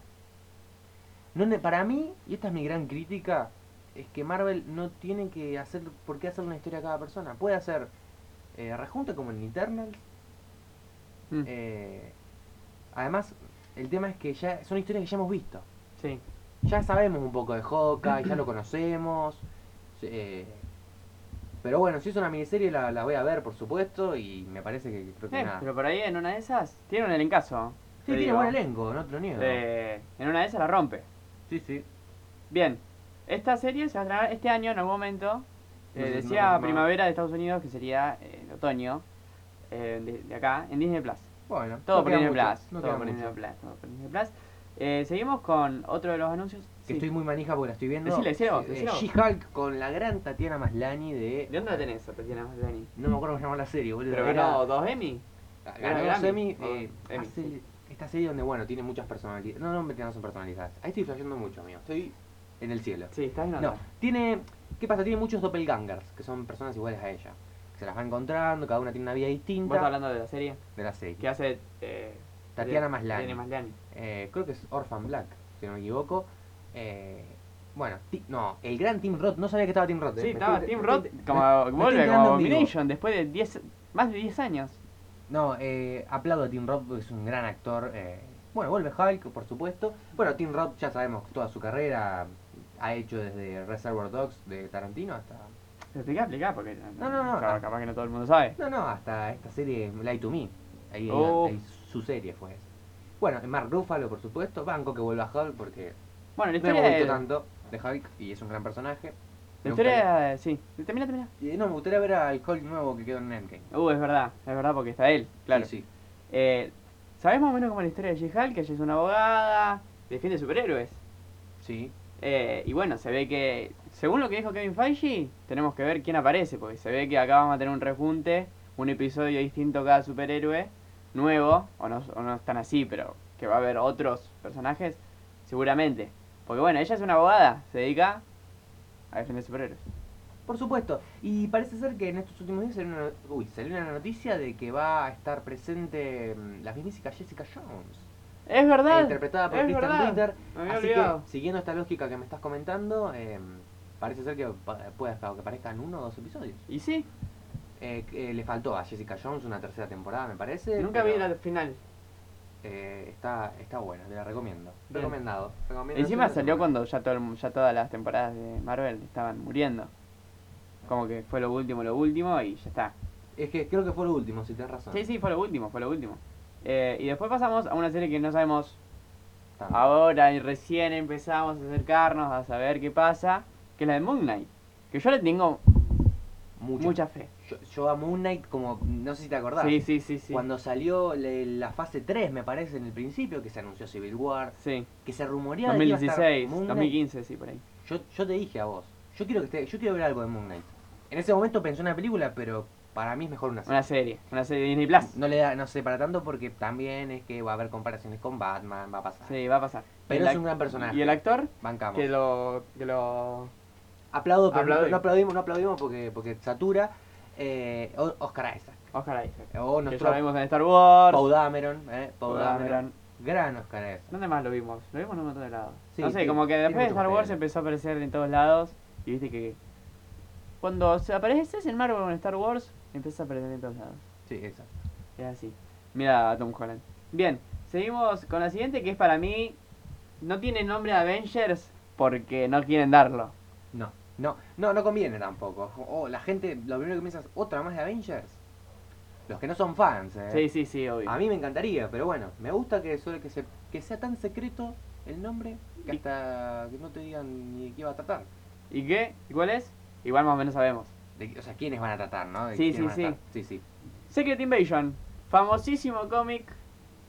[SPEAKER 2] No, ne- para mí, y esta es mi gran crítica, es que Marvel no tiene que hacer por qué hacer una historia a cada persona. Puede hacer eh, rejunte como en Eternals.
[SPEAKER 1] Mm,
[SPEAKER 2] eh, además, el tema es que ya son historias que ya hemos visto
[SPEAKER 1] sí.
[SPEAKER 2] ya sabemos un poco de Hawkeye, ya lo conocemos. eh, pero bueno, si es una miniserie la, la voy a ver, por supuesto, y me parece que creo que
[SPEAKER 1] Eh,
[SPEAKER 2] nada.
[SPEAKER 1] pero por ahí en una de esas tiene un elencazo.
[SPEAKER 2] sí,
[SPEAKER 1] te
[SPEAKER 2] tiene
[SPEAKER 1] digo.
[SPEAKER 2] buen elenco, no te lo niego.
[SPEAKER 1] Eh, en una de esas la rompe.
[SPEAKER 2] sí, sí.
[SPEAKER 1] Eh, Bien, esta serie se va a estrenar este año en algún momento. Eh,
[SPEAKER 2] No sé,
[SPEAKER 1] decía
[SPEAKER 2] no, no.
[SPEAKER 1] primavera de Estados Unidos, que sería eh, el otoño eh, de, de acá, en Disney Plus.
[SPEAKER 2] Bueno,
[SPEAKER 1] Todo
[SPEAKER 2] no
[SPEAKER 1] por
[SPEAKER 2] queda
[SPEAKER 1] Disney
[SPEAKER 2] mucho,
[SPEAKER 1] Plus.
[SPEAKER 2] no
[SPEAKER 1] todo
[SPEAKER 2] queda
[SPEAKER 1] por
[SPEAKER 2] mucho.
[SPEAKER 1] Disney Plus. todo por Disney Plus. Eh, seguimos con otro de los anuncios.
[SPEAKER 2] Que
[SPEAKER 1] Sí.
[SPEAKER 2] estoy muy manija porque la estoy viendo.
[SPEAKER 1] Decile, decile vos,
[SPEAKER 2] Eh,
[SPEAKER 1] decile vos.
[SPEAKER 2] She-Hulk con la gran Tatiana Maslany de.
[SPEAKER 1] ¿De dónde la tenés a Tatiana Maslany?
[SPEAKER 2] No me acuerdo cómo se llama la serie, boludo.
[SPEAKER 1] Pero
[SPEAKER 2] Era-
[SPEAKER 1] ganó dos Emmy. ganó
[SPEAKER 2] Ganó
[SPEAKER 1] Grammy,
[SPEAKER 2] Semi.
[SPEAKER 1] o
[SPEAKER 2] eh,
[SPEAKER 1] Emmy,
[SPEAKER 2] hace-
[SPEAKER 1] sí.
[SPEAKER 2] esta serie donde, bueno, tiene muchas personalidades. No, no, mentira, no son personalidades. Ahí estoy flasheando mucho, amigo. Estoy en el cielo.
[SPEAKER 1] Sí, estás en
[SPEAKER 2] No,
[SPEAKER 1] otra.
[SPEAKER 2] tiene. ¿Qué pasa? Tiene muchos doppelgangers, que son personas iguales a ella. Que se las va encontrando, cada una tiene una vida
[SPEAKER 1] Vos estás
[SPEAKER 2] distinta
[SPEAKER 1] hablando de la serie
[SPEAKER 2] de la serie.
[SPEAKER 1] que hace eh,
[SPEAKER 2] Tatiana
[SPEAKER 1] Tatiana
[SPEAKER 2] Maslany.
[SPEAKER 1] Maslany.
[SPEAKER 2] Eh, creo que es Orphan Black, si no me equivoco. Eh, bueno, ti- no, el gran Team Roth, no sabía que estaba Team Roth. eh.
[SPEAKER 1] Sí,
[SPEAKER 2] Me
[SPEAKER 1] estaba
[SPEAKER 2] estoy-
[SPEAKER 1] Tim
[SPEAKER 2] me
[SPEAKER 1] Roth
[SPEAKER 2] estoy- me-
[SPEAKER 1] como vuelve
[SPEAKER 2] me estoy
[SPEAKER 1] como
[SPEAKER 2] enterando en vivo.
[SPEAKER 1] Abomination después de 10, más de 10 años.
[SPEAKER 2] No, eh, aplaudo a Tim Roth porque es un gran actor. eh. Bueno, vuelve Hulk, por supuesto. Bueno, Tim Roth ya sabemos toda su carrera. Ha hecho desde Reservoir Dogs de Tarantino hasta.
[SPEAKER 1] Pero explica, explica, porque
[SPEAKER 2] No, no, no.
[SPEAKER 1] capaz, capaz que no todo el mundo sabe.
[SPEAKER 2] No, no, hasta esta serie Lie to Me. Ahí,
[SPEAKER 1] Oh.
[SPEAKER 2] ahí su serie fue esa. Bueno, Mark Ruffalo, por supuesto. Banco que vuelva Hulk porque
[SPEAKER 1] Bueno, la
[SPEAKER 2] no hemos
[SPEAKER 1] historia
[SPEAKER 2] visto
[SPEAKER 1] de...
[SPEAKER 2] tanto de Hulk y es un gran personaje.
[SPEAKER 1] La
[SPEAKER 2] Me
[SPEAKER 1] historia de... Sí, termina, termina.
[SPEAKER 2] gustaría- eh, no, me gustaría ver al Hulk nuevo que quedó en Endgame.
[SPEAKER 1] Uh, es verdad, es verdad porque está él, claro.
[SPEAKER 2] Sí, sí.
[SPEAKER 1] Eh, ¿Sabés más o menos cómo es la historia de She-Hulk? Que ella es una abogada, defiende superhéroes.
[SPEAKER 2] sí.
[SPEAKER 1] Eh, y bueno, se ve que, según lo que dijo Kevin Feige, tenemos que ver quién aparece, porque se ve que acá vamos a tener un rejunte, un episodio distinto cada superhéroe, nuevo, o no, o no están así, pero que va a haber otros personajes, seguramente. Porque bueno, ella es una abogada, se dedica a defender superhéroes.
[SPEAKER 2] Por supuesto. Y parece ser que en estos últimos días salió una, uy, salió una noticia de que va a estar presente mm, la física Jessica Jones.
[SPEAKER 1] Es verdad.
[SPEAKER 2] interpretada por
[SPEAKER 1] es
[SPEAKER 2] Kristen
[SPEAKER 1] verdad.
[SPEAKER 2] Ritter.
[SPEAKER 1] Me había
[SPEAKER 2] Así
[SPEAKER 1] olvidado.
[SPEAKER 2] que, siguiendo esta lógica que me estás comentando, eh, parece ser que pa- pueda que aparezcan uno o dos episodios.
[SPEAKER 1] Y sí,
[SPEAKER 2] Eh, eh, le faltó a Jessica Jones una tercera temporada, me parece.
[SPEAKER 1] nunca vi
[SPEAKER 2] pero,
[SPEAKER 1] la final.
[SPEAKER 2] eh, está, está buena, te la recomiendo.
[SPEAKER 1] Bien.
[SPEAKER 2] Recomendado. recomiendo
[SPEAKER 1] Encima
[SPEAKER 2] siempre
[SPEAKER 1] salió
[SPEAKER 2] recomendado.
[SPEAKER 1] cuando ya, todo el mu- ya todas las temporadas de Marvel estaban muriendo. Como que fue lo último, lo último y ya está.
[SPEAKER 2] Es que creo que fue lo último, si tenés razón.
[SPEAKER 1] Sí, sí, fue lo último, fue lo último. Eh, y después pasamos a una serie que no sabemos
[SPEAKER 2] Tanto.
[SPEAKER 1] Ah, ahora y recién empezamos a acercarnos a saber qué pasa, que es la de Moon Knight. Que yo le tengo
[SPEAKER 2] Mucho.
[SPEAKER 1] mucha fe.
[SPEAKER 2] Yo, yo a Moon Knight como, no sé si te acordás.
[SPEAKER 1] Sí, sí, sí, sí.
[SPEAKER 2] Cuando salió le- la fase 3, me parece, en el principio, que se anunció Civil War,
[SPEAKER 1] Sí,
[SPEAKER 2] que se rumoreaba que iba a estar
[SPEAKER 1] 2016,
[SPEAKER 2] Moon Knight.
[SPEAKER 1] 2015, sí, por ahí.
[SPEAKER 2] Yo, yo te dije a vos, yo quiero que esté- yo quiero ver algo de Moon Knight. En ese momento pensé en una película, pero para mí es mejor una serie.
[SPEAKER 1] Una serie, una serie de Disney Plus.
[SPEAKER 2] No le da, no sé, para tanto porque también es que va a haber comparaciones con Batman, va a pasar.
[SPEAKER 1] Sí, va a pasar.
[SPEAKER 2] Pero
[SPEAKER 1] El
[SPEAKER 2] es
[SPEAKER 1] ac-
[SPEAKER 2] un gran personaje.
[SPEAKER 1] Y el actor,
[SPEAKER 2] Bancamos.
[SPEAKER 1] que lo. Que lo...
[SPEAKER 2] Aplaudo, pero
[SPEAKER 1] Aplaudí.
[SPEAKER 2] no aplaudimos, no aplaudimos porque, porque satura. Eh, O- Oscar Isaac.
[SPEAKER 1] Oscar Isaac.
[SPEAKER 2] O
[SPEAKER 1] Que ya lo
[SPEAKER 2] nuestro
[SPEAKER 1] vimos en Star Wars.
[SPEAKER 2] Paul Dameron, eh, Paul
[SPEAKER 1] Poe
[SPEAKER 2] Dameron.
[SPEAKER 1] Dameron.
[SPEAKER 2] Gran Oscar Isaac.
[SPEAKER 1] ¿Dónde más lo vimos? Lo vimos en un montón de lados.
[SPEAKER 2] Sí,
[SPEAKER 1] no sé,
[SPEAKER 2] tiene-
[SPEAKER 1] como que
[SPEAKER 2] tiene
[SPEAKER 1] después de
[SPEAKER 2] mucho
[SPEAKER 1] Star Wars
[SPEAKER 2] material.
[SPEAKER 1] empezó a aparecer en todos lados. Y viste que. Cuando se apareces en Marvel o en Star Wars, empieza a aparecer en todos lados.
[SPEAKER 2] Sí, exacto.
[SPEAKER 1] Es así. Mira a Tom Holland. Bien, seguimos con la siguiente que es para mí. No tiene nombre Avengers porque no quieren darlo.
[SPEAKER 2] No, no, no, no conviene tampoco. O la gente, lo primero que piensa es otra más de Avengers. Los que no son fans, eh.
[SPEAKER 1] Sí, sí, sí, obvio.
[SPEAKER 2] A mí me encantaría, pero bueno, me gusta que, suele- que, se- que sea tan secreto el nombre que
[SPEAKER 1] Y-
[SPEAKER 2] hasta que no te digan ni de qué va a tratar.
[SPEAKER 1] ¿Y qué? ¿Y cuál es? Igual más o menos sabemos.
[SPEAKER 2] De qué- o sea, quiénes van a tratar, ¿no? De
[SPEAKER 1] Sí,
[SPEAKER 2] quiénes
[SPEAKER 1] sí,
[SPEAKER 2] van a
[SPEAKER 1] sí.
[SPEAKER 2] estar. sí, sí.
[SPEAKER 1] Secret Invasion. Famosísimo cómic.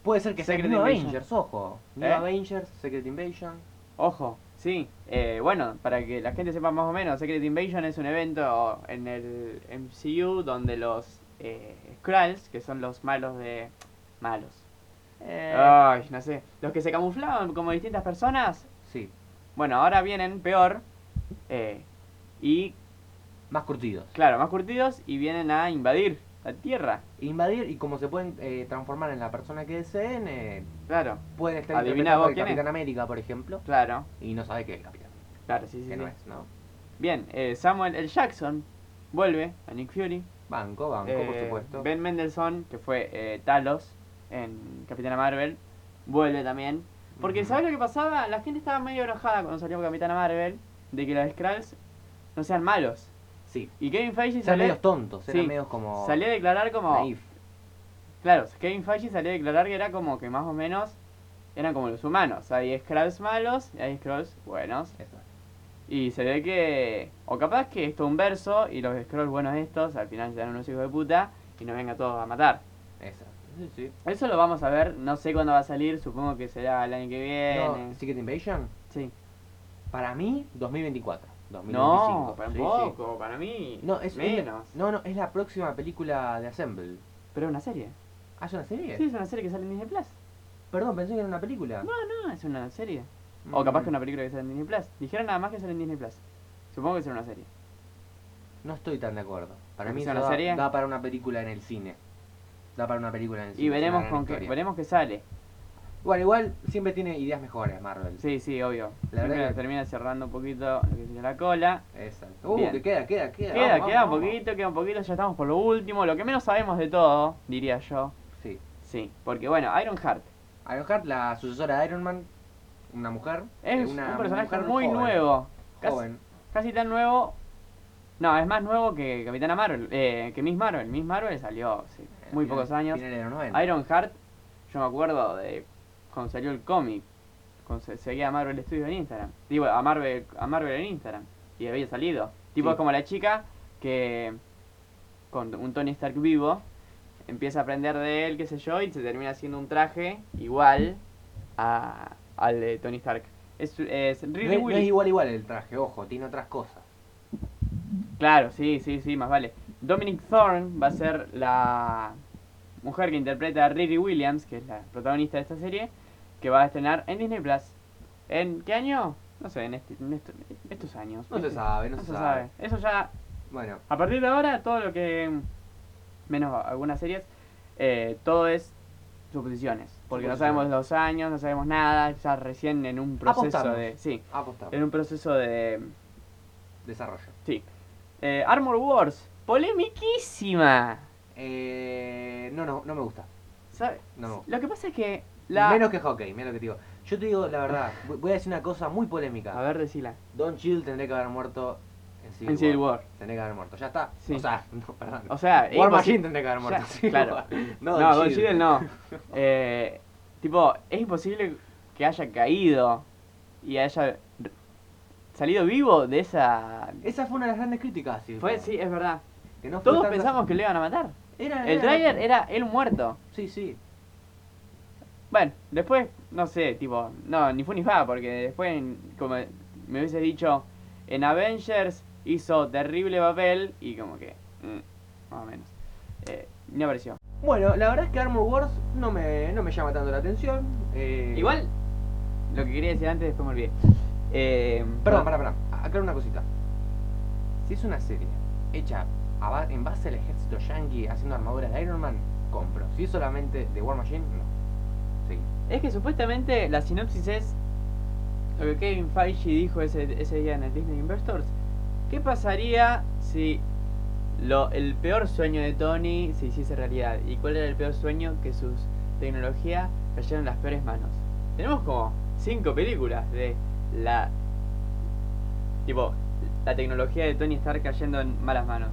[SPEAKER 2] Puede ser que sea
[SPEAKER 1] Secret
[SPEAKER 2] New
[SPEAKER 1] Invasion.
[SPEAKER 2] Avengers, ojo. New
[SPEAKER 1] ¿Eh?
[SPEAKER 2] Avengers, Secret Invasion.
[SPEAKER 1] Ojo, sí. Eh, bueno, para que la gente sepa más o menos, Secret Invasion es un evento en el MCU donde los eh, Skrulls, que son los malos de... malos.
[SPEAKER 2] Eh,
[SPEAKER 1] Ay, no sé. Los que se camuflaban como distintas personas.
[SPEAKER 2] Sí,
[SPEAKER 1] Bueno, ahora vienen peor. eh, y,
[SPEAKER 2] más curtidos.
[SPEAKER 1] claro, más curtidos y vienen a invadir la Tierra.
[SPEAKER 2] Invadir y como se pueden eh, transformar en la persona que deseen, eh,
[SPEAKER 1] Claro,
[SPEAKER 2] pueden estar
[SPEAKER 1] Adivina
[SPEAKER 2] interpretando
[SPEAKER 1] vos
[SPEAKER 2] al
[SPEAKER 1] quién es.
[SPEAKER 2] Capitán América, por ejemplo,
[SPEAKER 1] claro,
[SPEAKER 2] y no sabe qué es el Capitán,
[SPEAKER 1] claro, sí, sí.
[SPEAKER 2] que
[SPEAKER 1] sí.
[SPEAKER 2] no es, ¿no?
[SPEAKER 1] Bien, eh, Samuel L. Jackson vuelve a Nick Fury.
[SPEAKER 2] Banco, banco, por
[SPEAKER 1] Eh,
[SPEAKER 2] supuesto.
[SPEAKER 1] Ben Mendelssohn, que fue eh, Talos en Capitana Marvel, vuelve también. Porque,
[SPEAKER 2] Ujú.
[SPEAKER 1] ¿sabes lo que pasaba? La gente estaba medio enojada cuando salió Capitana Marvel de que los Skrulls no sean malos.
[SPEAKER 2] Sí.
[SPEAKER 1] Y Kevin Feige
[SPEAKER 2] Eran
[SPEAKER 1] salió,
[SPEAKER 2] medios tontos, eran
[SPEAKER 1] sí,
[SPEAKER 2] medios como...
[SPEAKER 1] salió a declarar como.
[SPEAKER 2] naif.
[SPEAKER 1] Claro, Kevin Feige salió a declarar que era como que más o menos eran como los humanos. Hay Skrulls malos y hay Skrulls buenos.
[SPEAKER 2] Eso.
[SPEAKER 1] Y se ve que. O capaz que esto es un verso y los Skrulls buenos estos al final dan unos hijos de puta y nos vengan todos a matar.
[SPEAKER 2] Exacto. Sí, sí.
[SPEAKER 1] Eso lo vamos a ver, no sé cuándo va a salir, supongo que será el año que viene.
[SPEAKER 2] No, Eh, Secret Invasion,
[SPEAKER 1] sí.
[SPEAKER 2] para mí, 2024. 2025.
[SPEAKER 1] No,
[SPEAKER 2] sí,
[SPEAKER 1] tampoco, para mí.
[SPEAKER 2] sí. No, es, es la,
[SPEAKER 1] menos.
[SPEAKER 2] no, no, es la próxima película de Assemble.
[SPEAKER 1] Pero es una serie.
[SPEAKER 2] ¿Ah, es una serie?
[SPEAKER 1] Sí, es una serie que sale en Disney Plus.
[SPEAKER 2] Perdón, pensé que era una película.
[SPEAKER 1] No, es una serie. O capaz que una película que sale en Disney Plus. Dijeron nada más que sale en Disney Plus. Supongo que será una serie.
[SPEAKER 2] No estoy tan de acuerdo. Para
[SPEAKER 1] ¿No
[SPEAKER 2] mí
[SPEAKER 1] es
[SPEAKER 2] eso
[SPEAKER 1] una
[SPEAKER 2] da,
[SPEAKER 1] serie?
[SPEAKER 2] da para una película en el cine. Da para una película en el cine.
[SPEAKER 1] y
[SPEAKER 2] es una
[SPEAKER 1] veremos
[SPEAKER 2] gran
[SPEAKER 1] con qué,
[SPEAKER 2] historia.
[SPEAKER 1] veremos qué sale.
[SPEAKER 2] Igual, igual siempre tiene ideas mejores Marvel.
[SPEAKER 1] Sí, sí, obvio.
[SPEAKER 2] La verdad
[SPEAKER 1] Siempre
[SPEAKER 2] que-
[SPEAKER 1] termina cerrando un poquito lo que sería la cola.
[SPEAKER 2] Exacto. Uh,
[SPEAKER 1] Bien.
[SPEAKER 2] que queda, queda, queda.
[SPEAKER 1] Queda,
[SPEAKER 2] vamos,
[SPEAKER 1] queda
[SPEAKER 2] vamos,
[SPEAKER 1] un poquito, queda un poquito, ya estamos por lo último, lo que menos sabemos de todo, diría yo.
[SPEAKER 2] vamos. Sí.
[SPEAKER 1] Sí, porque bueno, Ironheart
[SPEAKER 2] Ironheart, la sucesora de Iron Man, una mujer. eh,
[SPEAKER 1] es
[SPEAKER 2] una
[SPEAKER 1] un personaje
[SPEAKER 2] mujer
[SPEAKER 1] muy
[SPEAKER 2] joven,
[SPEAKER 1] nuevo, casi,
[SPEAKER 2] Joven.
[SPEAKER 1] casi tan nuevo. No, es más nuevo que Capitana Marvel, eh, que Miss Marvel. Miss Marvel salió hace muy
[SPEAKER 2] Final-
[SPEAKER 1] pocos años.
[SPEAKER 2] finales eh, de los 90.
[SPEAKER 1] Ironheart, yo me acuerdo de cuando salió el cómic, cuando se- seguía a Marvel Studios en Instagram. Digo, a Marvel, a Marvel en Instagram. Y había salido. Tipo
[SPEAKER 2] Sí.
[SPEAKER 1] es como la chica que con un Tony Stark vivo empieza a aprender de él, qué sé yo, y se termina haciendo un traje igual a- al de Tony Stark. Es, es
[SPEAKER 2] No
[SPEAKER 1] Riri
[SPEAKER 2] es- no
[SPEAKER 1] Willis.
[SPEAKER 2] es igual igual el traje, ojo, tiene otras cosas.
[SPEAKER 1] Claro, sí, sí, sí, más vale. Dominic Thorne va a ser la mujer que interpreta a Riri Williams, que es la protagonista de esta serie, que va a estrenar en Disney Plus. ¿En qué año? No sé, en, este- en esto- estos años.
[SPEAKER 2] No se
[SPEAKER 1] ¿viste?
[SPEAKER 2] sabe, no,
[SPEAKER 1] No
[SPEAKER 2] se, sabe.
[SPEAKER 1] Eso ya,
[SPEAKER 2] Bueno,
[SPEAKER 1] a partir de ahora, todo lo que. menos algunas series, eh, todo es suposiciones. Porque no sabemos
[SPEAKER 2] Suposiciones.
[SPEAKER 1] los años, no sabemos nada, ya recién en un proceso
[SPEAKER 2] Apostamos.
[SPEAKER 1] de. Sí,
[SPEAKER 2] apostamos.
[SPEAKER 1] en un proceso de.
[SPEAKER 2] Desarrollo.
[SPEAKER 1] Sí. Eh, Armor Wars, polemiquísima.
[SPEAKER 2] Eh, no, no, no me gusta.
[SPEAKER 1] ¿Sabe?
[SPEAKER 2] No.
[SPEAKER 1] Lo que pasa es que la.
[SPEAKER 2] Menos que hockey, mira lo que te digo. Yo te digo la verdad, voy- voy a decir una cosa muy polémica.
[SPEAKER 1] A ver, decila.
[SPEAKER 2] Don Chill tendría que haber muerto en Civil,
[SPEAKER 1] En Civil
[SPEAKER 2] War.
[SPEAKER 1] War.
[SPEAKER 2] Tendría que haber muerto, ya está.
[SPEAKER 1] Sí.
[SPEAKER 2] O sea, no, perdón.
[SPEAKER 1] O sea, es
[SPEAKER 2] War
[SPEAKER 1] imposi-
[SPEAKER 2] Machine tendría que
[SPEAKER 1] Ya,
[SPEAKER 2] haber muerto. en Civil
[SPEAKER 1] claro.
[SPEAKER 2] War.
[SPEAKER 1] No,
[SPEAKER 2] No,
[SPEAKER 1] Don,
[SPEAKER 2] Don
[SPEAKER 1] Cheadle
[SPEAKER 2] Cheadle.
[SPEAKER 1] no. Eh, tipo, es imposible que haya caído y haya r- salido vivo de esa.
[SPEAKER 2] Esa fue una de las grandes críticas. a Civil
[SPEAKER 1] Fue,
[SPEAKER 2] War,
[SPEAKER 1] sí, es verdad. Ah,
[SPEAKER 2] que no fue
[SPEAKER 1] Todos
[SPEAKER 2] tanto-
[SPEAKER 1] pensamos que lo iban a matar.
[SPEAKER 2] Era-
[SPEAKER 1] El trailer era él muerto.
[SPEAKER 2] Sí, sí.
[SPEAKER 1] Bueno, después, no sé, tipo, no, ni fue ni fa, porque después, en- como me hubiese dicho, en Avengers hizo terrible papel y como que, mm, más o menos, eh, no apareció.
[SPEAKER 2] Bueno, la verdad es que Armor Wars no me, no me llama tanto la atención. eh,
[SPEAKER 1] Igual, lo que quería decir antes, después me olvidé. Eh,
[SPEAKER 2] Perdón, pará, pará. Aclaro una cosita. Si es una serie hecha a ba- en base al ejército yankee haciendo armaduras de Iron Man, compro. Si es solamente de War Machine, no. Sí.
[SPEAKER 1] Es que supuestamente la sinopsis es lo que Kevin Feige dijo ese, ese día en el Disney Investors. ¿Qué pasaría si lo, el peor sueño de Tony se hiciese realidad? ¿Y cuál era el peor sueño? Que sus tecnologías cayeron en las peores manos. Tenemos como cinco películas de la... Tipo, la tecnología de Tony Stark cayendo en malas manos.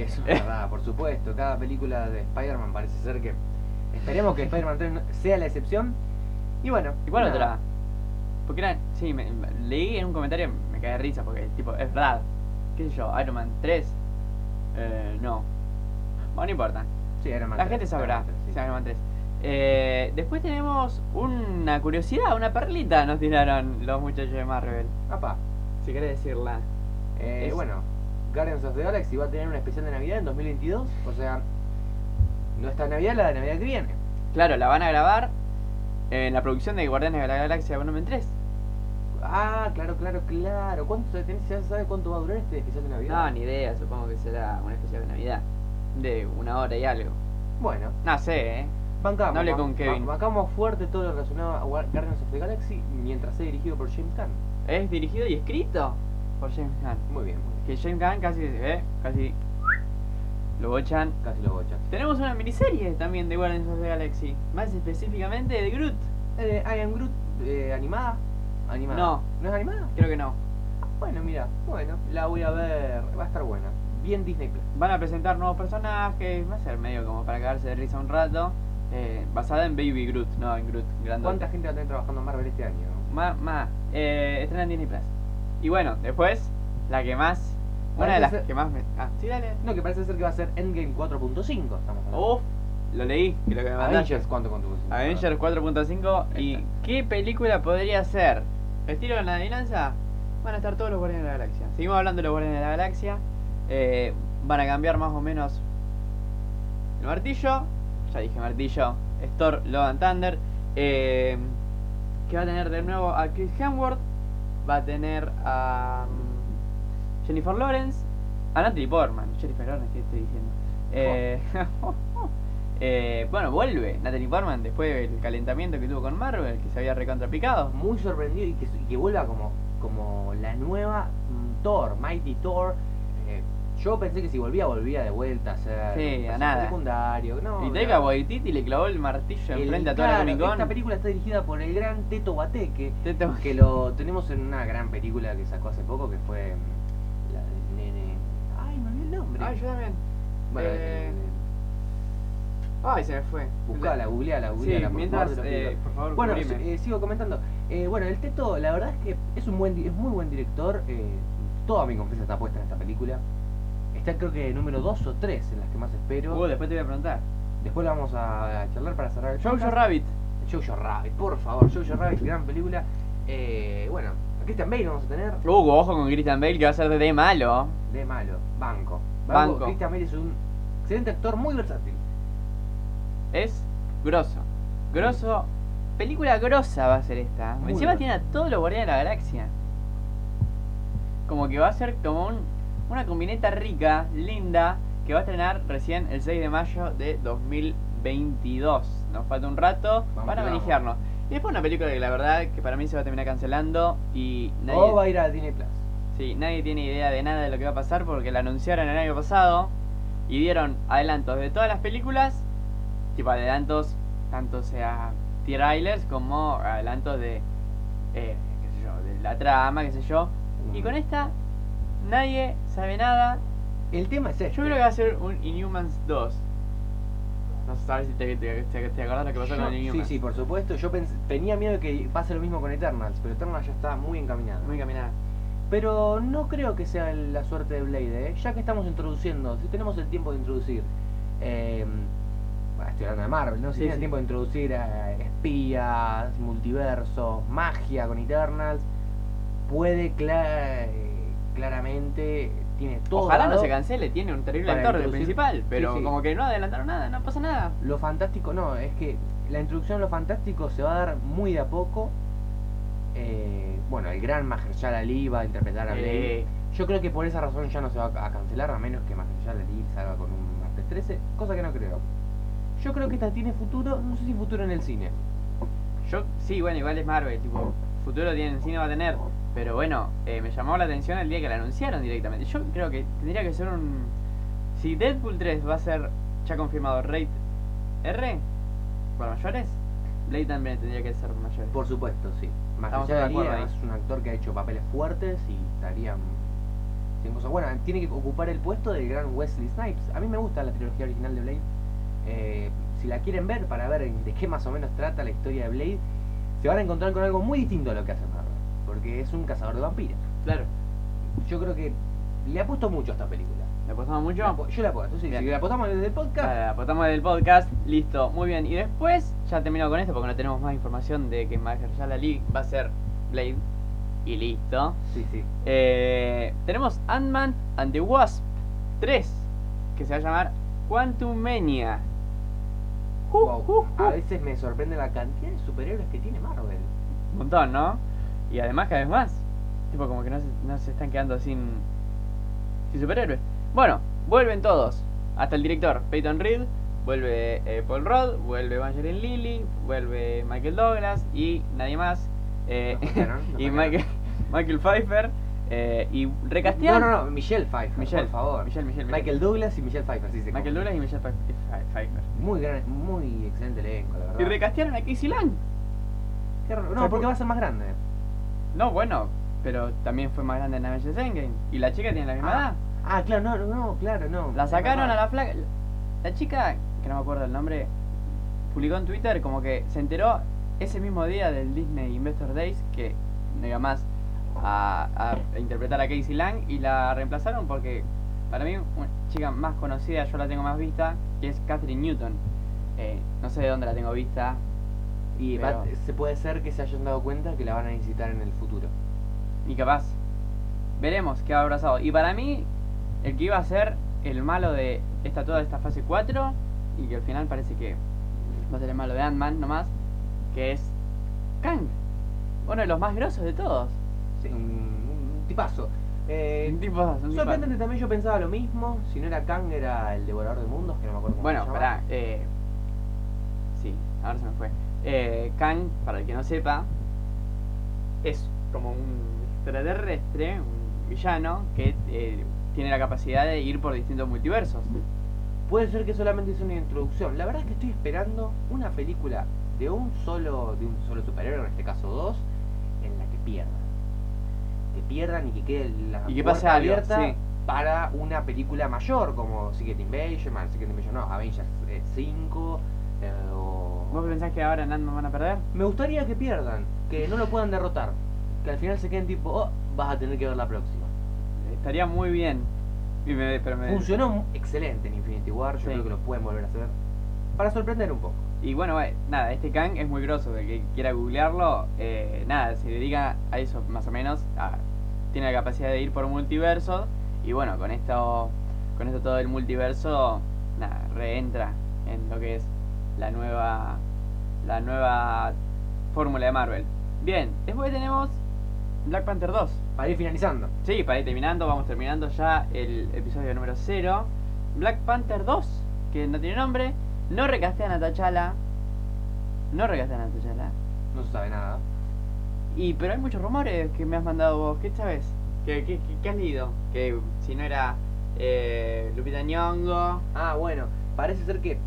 [SPEAKER 2] eso es verdad, por supuesto. Cada película de Spider-Man parece ser que. Esperemos que Spider-Man 3 no- sea la excepción. Y bueno.
[SPEAKER 1] ¿Y cuál
[SPEAKER 2] nada.
[SPEAKER 1] otra? Porque era. Sí, me- me- leí en un comentario me caí de risa porque, tipo, es verdad. ¿Qué sé yo? Iron Man 3. Eh, no. Bueno, no importa.
[SPEAKER 2] Sí, Iron Man
[SPEAKER 1] La
[SPEAKER 2] 3,
[SPEAKER 1] gente sabrá.
[SPEAKER 2] Iron Man 3, sí.
[SPEAKER 1] Sí, Iron Man 3. Eh, después tenemos una curiosidad, una perlita nos tiraron los muchachos de Marvel.
[SPEAKER 2] Apa,
[SPEAKER 1] Si querés decirla.
[SPEAKER 2] eh,
[SPEAKER 1] Es-
[SPEAKER 2] Bueno, Guardians of the Galaxy va a tener una especial de Navidad en 2022. O sea, no esta Navidad, la de Navidad que viene.
[SPEAKER 1] Claro, la van a grabar en la producción de Guardianes de la Galaxia Volumen 3.
[SPEAKER 2] Ah, claro, claro, claro. ¿Cuánto se tenés- ya sabe cuánto va a durar este especial de Navidad?
[SPEAKER 1] No, ni idea, supongo que será una especial de Navidad. De una hora y algo.
[SPEAKER 2] Bueno,
[SPEAKER 1] No sé, eh.
[SPEAKER 2] bancamos.
[SPEAKER 1] No hablé
[SPEAKER 2] ba-
[SPEAKER 1] con
[SPEAKER 2] ba-
[SPEAKER 1] Kevin.
[SPEAKER 2] Bancamos fuerte todo lo relacionado a Guar- Guardians of the Galaxy mientras sea dirigido por James Gunn.
[SPEAKER 1] Es dirigido y escrito por James Gunn.
[SPEAKER 2] Muy bien, muy bien.
[SPEAKER 1] Que James Gunn casi se ve, casi lo bochan.
[SPEAKER 2] Casi lo bochas.
[SPEAKER 1] Tenemos una miniserie también de Guardians of the Galaxy, más específicamente de Groot.
[SPEAKER 2] Eh, I am Groot, eh, animada. Animada.
[SPEAKER 1] No.
[SPEAKER 2] ¿No es animada?
[SPEAKER 1] Creo que no.
[SPEAKER 2] Bueno, mira, bueno, la voy a ver. Va a estar buena. Bien Disney Plus.
[SPEAKER 1] Van a presentar nuevos personajes, va a ser medio como para cagarse de risa un rato. eh, basada en Baby Groot, no en Groot, grandote.
[SPEAKER 2] ¿Cuánta gente va a tener trabajando en Marvel este año?
[SPEAKER 1] Más, más. Eh, estrena en Disney Plus. Y bueno, después, la que más. Una de
[SPEAKER 2] Parece
[SPEAKER 1] las
[SPEAKER 2] ser-
[SPEAKER 1] que más me. Ah, sí, dale.
[SPEAKER 2] No, que parece ser que va a ser Endgame 4.5. Estamos hablando.
[SPEAKER 1] Uf, lo leí, que lo que me mandaste.
[SPEAKER 2] Avengers, ¿cuánto contuvo?
[SPEAKER 1] Oh,
[SPEAKER 2] Ah.
[SPEAKER 1] Avengers 4.5 y
[SPEAKER 2] Exacto.
[SPEAKER 1] qué película podría ser. Estilo en la adivinanza, van a estar todos los Guardianes de la Galaxia. Seguimos hablando de los Guardianes de la Galaxia. eh, van a cambiar más o menos el martillo. Ya dije martillo. es Thor, Love and Thunder. eh, que va a tener de nuevo a Chris Hemsworth. Va a tener a mm, Jennifer Lawrence. A Natalie Portman. Jennifer Lawrence, ¿qué estoy diciendo? Eh, Eh, bueno, vuelve Natalie Portman después del calentamiento que tuvo con Marvel, que se había recontrapicado.
[SPEAKER 2] Muy sorprendido y que, y que vuelva como, como la nueva mm, Thor, Mighty Thor. Eh, yo pensé que si volvía, volvía de vuelta a ser
[SPEAKER 1] Sí,
[SPEAKER 2] un
[SPEAKER 1] a
[SPEAKER 2] personaje
[SPEAKER 1] nada.
[SPEAKER 2] secundario. No,
[SPEAKER 1] Y
[SPEAKER 2] no.
[SPEAKER 1] Taika Waititi le clavó el martillo
[SPEAKER 2] El-
[SPEAKER 1] enfrente a toda la
[SPEAKER 2] claro,
[SPEAKER 1] Comic Con.
[SPEAKER 2] Esta película está dirigida por el gran Teto Bateque,
[SPEAKER 1] Te to-
[SPEAKER 2] que lo tenemos en una gran película que sacó hace poco, que fue mm, la del nene... Ay, me olvidé el nombre.
[SPEAKER 1] Ay, Ah, yo también.
[SPEAKER 2] Bueno,
[SPEAKER 1] eh,
[SPEAKER 2] el- el-
[SPEAKER 1] Ay, se me fue.
[SPEAKER 2] buscala, googleala,
[SPEAKER 1] Sí,
[SPEAKER 2] googleala, por
[SPEAKER 1] mientras,
[SPEAKER 2] favor, te lo pido.
[SPEAKER 1] eh, por favor,
[SPEAKER 2] Bueno,
[SPEAKER 1] cubrime.
[SPEAKER 2] eh, sigo comentando. Eh, bueno, el Teto, la verdad es que es un buen, di- es muy buen director. eh, toda mi confianza está puesta en esta película. Está creo que número 2 o 3 en las que más espero.
[SPEAKER 1] Uh, después te voy a preguntar.
[SPEAKER 2] Después la vamos a, a charlar para cerrar el
[SPEAKER 1] Jojo
[SPEAKER 2] podcast.
[SPEAKER 1] Rabbit.
[SPEAKER 2] Jojo Rabbit, por favor, Jojo Rabbit, gran película. Eh, bueno, a Christian Bale vamos a tener
[SPEAKER 1] Uh, ojo con Christian Bale que va a ser de malo.
[SPEAKER 2] de malo, Banco.
[SPEAKER 1] Banco.
[SPEAKER 2] Christian Bale es un excelente actor, muy versátil.
[SPEAKER 1] Es grosso. Grosso. Película grosa va a ser esta.
[SPEAKER 2] Muy
[SPEAKER 1] Encima
[SPEAKER 2] grosa.
[SPEAKER 1] tiene a todos los guardianes de la galaxia. Como que va a ser como un- una combineta rica, linda, que va a estrenar recién el 6 de mayo de 2022. Nos falta un rato
[SPEAKER 2] Vamos
[SPEAKER 1] para
[SPEAKER 2] que vamos.
[SPEAKER 1] manejarnos. Y después una película que la verdad que para mí se va a terminar cancelando y nadie...
[SPEAKER 2] O va a ir a Disney Plus.
[SPEAKER 1] Sí, nadie tiene idea de nada de lo que va a pasar porque la anunciaron el año pasado y dieron adelantos de todas las películas, tipo adelantos tanto sea trailers como adelantos de, eh, qué sé yo, de la trama, qué sé yo. Y con este? esta nadie sabe nada.
[SPEAKER 2] El tema es este.
[SPEAKER 1] Yo creo que va a ser un Inhumans 2. No sé a ver si te, te, te- te acordás lo que pasó
[SPEAKER 2] Yo-
[SPEAKER 1] con
[SPEAKER 2] sí,
[SPEAKER 1] Inhumans.
[SPEAKER 2] sí, por supuesto. Yo pens- tenía miedo de que pase lo mismo con Eternals, pero Eternals ya está muy encaminado.
[SPEAKER 1] Muy caminada.
[SPEAKER 2] Pero no creo que sea la suerte de Blade, ¿eh? ya que estamos introduciendo, si tenemos el tiempo de introducir. Eh, bueno, estoy hablando de Marvel, ¿no? Si
[SPEAKER 1] Sí,
[SPEAKER 2] tienen
[SPEAKER 1] sí.
[SPEAKER 2] tiempo de introducir a espías, multiversos, magia con Eternals, puede cla- eh, claramente, tiene todo.
[SPEAKER 1] Ojalá no
[SPEAKER 2] dado.
[SPEAKER 1] se cancele, tiene un terrible
[SPEAKER 2] para
[SPEAKER 1] actor de
[SPEAKER 2] introducir-
[SPEAKER 1] principal, pero
[SPEAKER 2] sí.
[SPEAKER 1] como que no adelantaron nada, no pasa nada.
[SPEAKER 2] Lo fantástico, no, es que la introducción a lo fantástico se va a dar muy de a poco. Eh, bueno, el gran Mahershala Ali va a interpretar a Blade.
[SPEAKER 1] Eh,
[SPEAKER 2] Yo creo que por esa razón ya no se va a cancelar, a menos que Mahershala Ali salga con un martes 13, cosa que no creo. Yo creo que esta tiene futuro, no sé si futuro en el cine.
[SPEAKER 1] Yo, sí, bueno, igual es Marvel, tipo, futuro tiene, cine va a tener, pero bueno, eh, me llamó la atención el día que la anunciaron directamente. Yo creo que tendría que ser un... Si Deadpool 3 va a ser ya confirmado rate R, para mayores, Blade también tendría que ser mayores.
[SPEAKER 2] Por supuesto, sí.
[SPEAKER 1] Estamos de
[SPEAKER 2] Mahershala Ali
[SPEAKER 1] acuerdo
[SPEAKER 2] además, es un actor que ha hecho papeles fuertes y estaría mm, sin cosas buenas. Tiene que ocupar el puesto del gran Wesley Snipes. A mí me gusta la trilogía original de Blade. Eh, si la quieren ver para ver de qué más o menos trata la historia de Blade, se van a encontrar con algo muy distinto a lo que hace Marvel, porque es un cazador de vampiros.
[SPEAKER 1] Claro,
[SPEAKER 2] Yo creo que le apuesto mucho a esta película.
[SPEAKER 1] ¿le apostamos mucho?
[SPEAKER 2] La apo- Yo la apuesto, sí.
[SPEAKER 1] Bien.
[SPEAKER 2] Si la apostamos desde el podcast,
[SPEAKER 1] Vale, la apostamos del podcast, listo, muy bien. Y después, ya termino con esto porque no tenemos más información de que Mahershala Ali va a ser Blade, y listo.
[SPEAKER 2] sí, sí.
[SPEAKER 1] Eh, tenemos Ant-Man and the Wasp 3, que se va a llamar Quantumania. Ju,
[SPEAKER 2] Wow. Ah,
[SPEAKER 1] ju, ju.
[SPEAKER 2] A veces me sorprende la cantidad de superhéroes que tiene Marvel.
[SPEAKER 1] Un montón, ¿no? Y además cada vez más. Tipo como que no se, no se están quedando sin, sin superhéroes. Bueno, vuelven todos. Hasta el director, Peyton Reed, vuelve eh, Paul Rudd, vuelve Evangeline Lilly, vuelve Michael Douglas y nadie más. Eh,
[SPEAKER 2] Nos cambiaron, nos
[SPEAKER 1] y
[SPEAKER 2] cambiaron.
[SPEAKER 1] Michael, Michael Pfeiffer. eh, y
[SPEAKER 2] No,
[SPEAKER 1] recastean.
[SPEAKER 2] no, no, Michelle Pfeiffer,
[SPEAKER 1] Michelle,
[SPEAKER 2] por favor.
[SPEAKER 1] Michelle, Michelle, Michelle.
[SPEAKER 2] Michael Douglas y Michelle Pfeiffer, sí, se
[SPEAKER 1] Michael
[SPEAKER 2] confunde.
[SPEAKER 1] Douglas y Michelle Pfe- Pfe- Pfeiffer.
[SPEAKER 2] Muy gran, muy excelente elenco, la verdad.
[SPEAKER 1] Y recastearon a Casey Lang.
[SPEAKER 2] Qué raro. No, porque va a ser más grande.
[SPEAKER 1] No, bueno, pero también fue más grande en Avengers Endgame. Y la chica tiene la misma edad.
[SPEAKER 2] Ah, claro, no, no, no, claro, no.
[SPEAKER 1] La sacaron a
[SPEAKER 2] Mamá.
[SPEAKER 1] la flaca. La chica, que no me acuerdo el nombre, publicó en Twitter como que se enteró ese mismo día del Disney Investor Days que no iba más a, a interpretar a Casey Lang y la reemplazaron porque para mí una chica más conocida, yo la tengo más vista, que es Catherine Newton. Eh, no sé de dónde la tengo vista.
[SPEAKER 2] Y va-
[SPEAKER 1] Pero-
[SPEAKER 2] se puede ser que se hayan dado cuenta que la van a necesitar en el futuro.
[SPEAKER 1] Y capaz. Veremos qué ha abrazado. Y para mí, el que iba a ser el malo de esta toda esta fase 4, y que al final parece que va a ser el malo de Ant-Man nomás, que es Kang. Uno de los más grosos de todos.
[SPEAKER 2] Sí, un, un tipazo. Eh,
[SPEAKER 1] Un tipo, un tipo-
[SPEAKER 2] Sorprendente también yo pensaba lo mismo, si no era Kang era el devorador de mundos, que no me acuerdo cómo
[SPEAKER 1] Bueno,
[SPEAKER 2] se llama.
[SPEAKER 1] pará, eh, sí, ahora se me fue. Eh, Kang, para el que no sepa, es como un extraterrestre, un villano, que eh, tiene la capacidad de ir por distintos multiversos.
[SPEAKER 2] Puede ser que solamente es una introducción. La verdad es que estoy esperando una película de un solo, de un solo superhéroe, en este caso dos, en la que pierdan. Que pierdan y que quede la
[SPEAKER 1] Y que
[SPEAKER 2] puerta
[SPEAKER 1] pase algo,
[SPEAKER 2] abierta
[SPEAKER 1] sí.
[SPEAKER 2] para una película mayor, como Secret Invasion, bueno, Secret Invasion no, Avengers eh, 5, eh, o-
[SPEAKER 1] ¿Vos pensás que ahora Nando van a perder?
[SPEAKER 2] Me gustaría que pierdan, que no lo puedan derrotar, que al final se queden tipo, oh, vas a tener que ver la próxima.
[SPEAKER 1] Estaría muy bien. Y me- pero me-
[SPEAKER 2] Funcionó mu- excelente en Infinity War, yo
[SPEAKER 1] Sí.
[SPEAKER 2] creo que lo pueden volver a hacer. Para sorprender un poco.
[SPEAKER 1] Y bueno, eh, nada, este Kang es muy grosso, el que quiera googlearlo, eh, nada, se dedica a eso más o menos, a- tiene la capacidad de ir por multiversos y bueno, con esto, con esto todo el multiverso, nada, reentra en lo que es la nueva, la nueva fórmula de Marvel. Bien, después tenemos Black Panther 2.
[SPEAKER 2] Para ir finalizando.
[SPEAKER 1] Sí, para ir terminando, vamos terminando ya el episodio número 0. Black Panther 2, que no tiene nombre. No recastean a T'Challa. No recastean a T'Challa.
[SPEAKER 2] No se sabe nada.
[SPEAKER 1] Y, pero hay muchos rumores que me has mandado vos. ¿Qué sabes? ¿Qué, qué, qué- qué has leído? Que si no era eh, Lupita Nyong'o.
[SPEAKER 2] Ah, bueno, parece ser que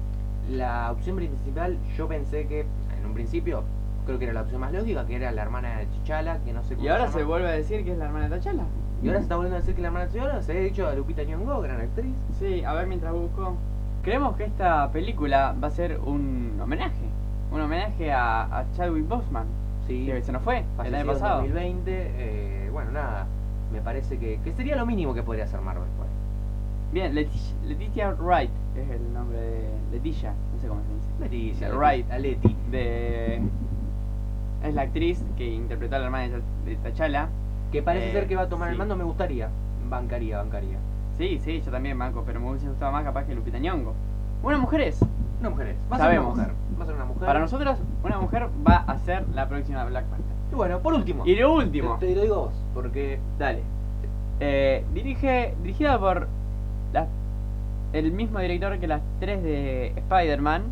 [SPEAKER 2] la opción principal, yo pensé que en un principio, creo que era la opción más lógica, que era la hermana de Chichala, que no sé cómo
[SPEAKER 1] Y ahora
[SPEAKER 2] llama.
[SPEAKER 1] se vuelve a decir que es la hermana de T'Challa.
[SPEAKER 2] Y ahora se está volviendo a decir que la hermana de Chichala se había dicho a Lupita Nyong'o, gran actriz.
[SPEAKER 1] Sí, a ver mientras busco. Creemos que esta película va a ser un homenaje. Un homenaje a, a Chadwick Boseman.
[SPEAKER 2] Sí,
[SPEAKER 1] Que se nos fue el
[SPEAKER 2] falleció
[SPEAKER 1] año
[SPEAKER 2] en
[SPEAKER 1] pasado.
[SPEAKER 2] 2020, eh, bueno, nada, me parece que, que sería lo mínimo que podría hacer Marvel pues. por ahí.
[SPEAKER 1] Bien, Leticia, Leticia Wright es el nombre de Leticia, no sé cómo se dice.
[SPEAKER 2] Leticia,
[SPEAKER 1] Right.
[SPEAKER 2] a Leti.
[SPEAKER 1] De, es la actriz que interpretó a la hermana de T- de T'Challa.
[SPEAKER 2] Que parece
[SPEAKER 1] Eh,
[SPEAKER 2] ser que va a tomar
[SPEAKER 1] sí.
[SPEAKER 2] el mando, me gustaría. Bancaría, bancaría.
[SPEAKER 1] Sí, sí, yo también banco, pero me hubiese gustado más capaz que Lupita Nyong'o. Una mujer es.
[SPEAKER 2] Una mujer es. Va a
[SPEAKER 1] Sabemos.
[SPEAKER 2] ser una mujer. Va a ser una mujer.
[SPEAKER 1] Para nosotros, una mujer va a ser la próxima Black Panther.
[SPEAKER 2] Y bueno, por último.
[SPEAKER 1] Y lo último,
[SPEAKER 2] Te, te lo digo a vos, porque
[SPEAKER 1] dale. Eh, dirige, dirigida por las- el mismo director que las tres de Spider-Man,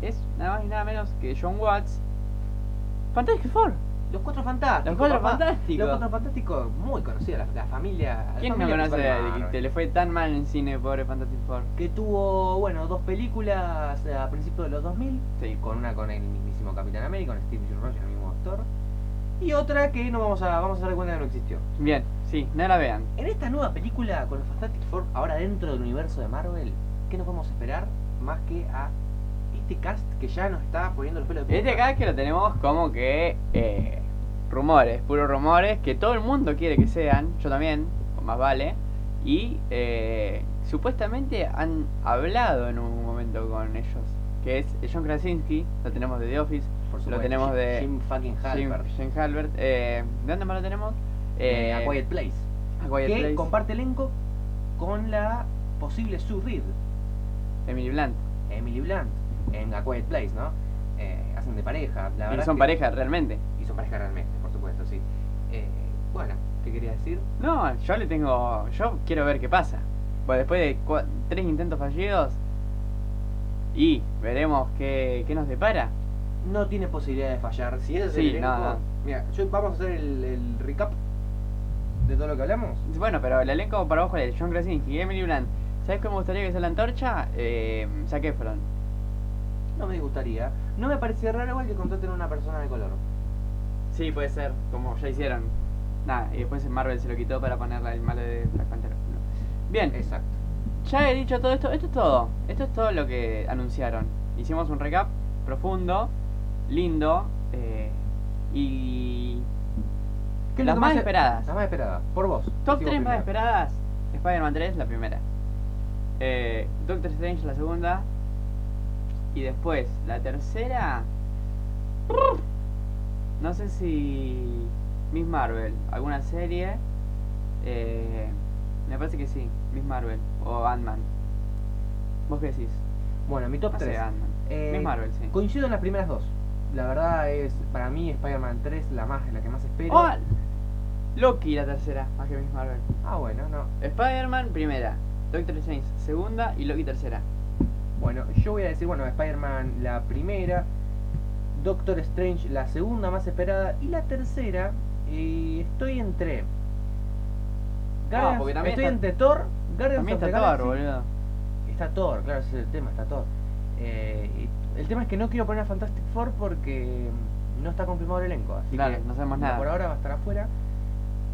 [SPEAKER 1] es nada más y nada menos que John Watts. Fantastic Four.
[SPEAKER 2] Los Cuatro Fantásticos.
[SPEAKER 1] Los Cuatro
[SPEAKER 2] papá.
[SPEAKER 1] Fantásticos.
[SPEAKER 2] Los Cuatro Fantásticos, muy conocida la, la familia. la
[SPEAKER 1] ¿Quién no
[SPEAKER 2] familia
[SPEAKER 1] conoce
[SPEAKER 2] principal de
[SPEAKER 1] de-
[SPEAKER 2] Marvel,
[SPEAKER 1] que le fue tan mal en cine, pobre Fantastic Four?
[SPEAKER 2] Que tuvo, bueno, dos películas eh, a principios de los 2000.
[SPEAKER 1] Sí.
[SPEAKER 2] Con una con el mismísimo Capitán América, con Steve Rogers, el mismo actor. Y otra que no vamos a, vamos a dar cuenta que no existió.
[SPEAKER 1] Bien, sí, no la vean.
[SPEAKER 2] En esta nueva película con los Fantastic Four, ahora dentro del universo de Marvel, ¿qué nos vamos a esperar más que a este cast que ya nos está poniendo los pelos de
[SPEAKER 1] Este acá es que lo tenemos como que eh, rumores, puros rumores, que todo el mundo quiere que sean, yo también, o más vale. Y eh, supuestamente han hablado en un momento con ellos, que es John Krasinski, lo tenemos de The Office,
[SPEAKER 2] Por
[SPEAKER 1] lo
[SPEAKER 2] supuesto,
[SPEAKER 1] tenemos
[SPEAKER 2] Jim-
[SPEAKER 1] de-
[SPEAKER 2] Jim fucking Halpert.
[SPEAKER 1] Jim, Jim Halbert. eh, ¿De dónde más lo tenemos?
[SPEAKER 2] eh,
[SPEAKER 1] Eh,
[SPEAKER 2] A Quiet Place.
[SPEAKER 1] A Quiet
[SPEAKER 2] que
[SPEAKER 1] Place,
[SPEAKER 2] comparte elenco con la posible Sue Reed,
[SPEAKER 1] Emily Blunt.
[SPEAKER 2] Emily Blunt, en A Quiet Place, ¿no? Eh, hacen de pareja, la
[SPEAKER 1] Y
[SPEAKER 2] verdad.
[SPEAKER 1] son
[SPEAKER 2] es que-
[SPEAKER 1] pareja, realmente.
[SPEAKER 2] Y son pareja realmente, por supuesto, sí. Eh, bueno, ¿qué quería decir?
[SPEAKER 1] No, yo le tengo. Yo quiero ver qué pasa. Pues después de cua- tres intentos fallidos. Y veremos qué, qué nos depara.
[SPEAKER 2] No tiene posibilidad de fallar. Si ese es
[SPEAKER 1] Sí,
[SPEAKER 2] el elenco,
[SPEAKER 1] no, no.
[SPEAKER 2] Mira, yo- vamos a hacer el, el recap de todo lo que hablamos.
[SPEAKER 1] Bueno, pero el elenco para abajo es John Krasinski, Emily Blunt. ¿Sabes cómo me gustaría que sea la antorcha? Eh, Zac Efron.
[SPEAKER 2] No me disgustaría. No me parece raro igual que contraten a una persona de color.
[SPEAKER 1] Sí, puede ser, como ya hicieron. Nada, y después Marvel se lo quitó para ponerla el malo de Black Panther. No. Bien,
[SPEAKER 2] Exacto.
[SPEAKER 1] Ya he dicho todo esto, esto es todo. Esto es todo lo que anunciaron. Hicimos un recap profundo, lindo eh, y.
[SPEAKER 2] ¿Qué es lo
[SPEAKER 1] Las
[SPEAKER 2] que
[SPEAKER 1] más
[SPEAKER 2] se-
[SPEAKER 1] esperadas.
[SPEAKER 2] Las más esperadas. Por vos.
[SPEAKER 1] Top
[SPEAKER 2] Sigo
[SPEAKER 1] 3 más
[SPEAKER 2] primero.
[SPEAKER 1] esperadas: Spider-Man 3, la primera. Eh, Doctor Strange, la segunda. Y después, la tercera. No sé si. Miss Marvel, alguna serie. Eh, me parece que sí, Miss Marvel o Ant-Man. ¿Vos qué decís?
[SPEAKER 2] Bueno, mi top
[SPEAKER 1] No sé,
[SPEAKER 2] 3.
[SPEAKER 1] Ant-Man.
[SPEAKER 2] Eh,
[SPEAKER 1] Miss Marvel, sí.
[SPEAKER 2] Coincido en las primeras dos. La verdad es, para mí, Spider-Man 3 la más la que más espero.
[SPEAKER 1] Oh, Loki la tercera, más que Miss Marvel.
[SPEAKER 2] Ah, bueno, no.
[SPEAKER 1] Spider-Man primera, Doctor Strange segunda y Loki tercera.
[SPEAKER 2] Bueno, yo voy a decir, bueno, Spider-Man la primera, Doctor Strange la segunda más esperada y la tercera eh, estoy entre...
[SPEAKER 1] Ah,
[SPEAKER 2] Guardians-
[SPEAKER 3] porque también
[SPEAKER 2] estoy
[SPEAKER 3] está-
[SPEAKER 2] entre Thor, Guardians
[SPEAKER 1] También
[SPEAKER 2] of the
[SPEAKER 1] está Thor,
[SPEAKER 2] Galaxy-
[SPEAKER 1] boludo.
[SPEAKER 2] Está Thor, claro, ese es el tema, está Thor. Eh, y el tema es que no quiero poner a Fantastic Four porque no está confirmado el elenco, así
[SPEAKER 1] Claro,
[SPEAKER 2] que
[SPEAKER 1] no sabemos
[SPEAKER 2] por
[SPEAKER 1] nada.
[SPEAKER 2] ahora va a estar afuera.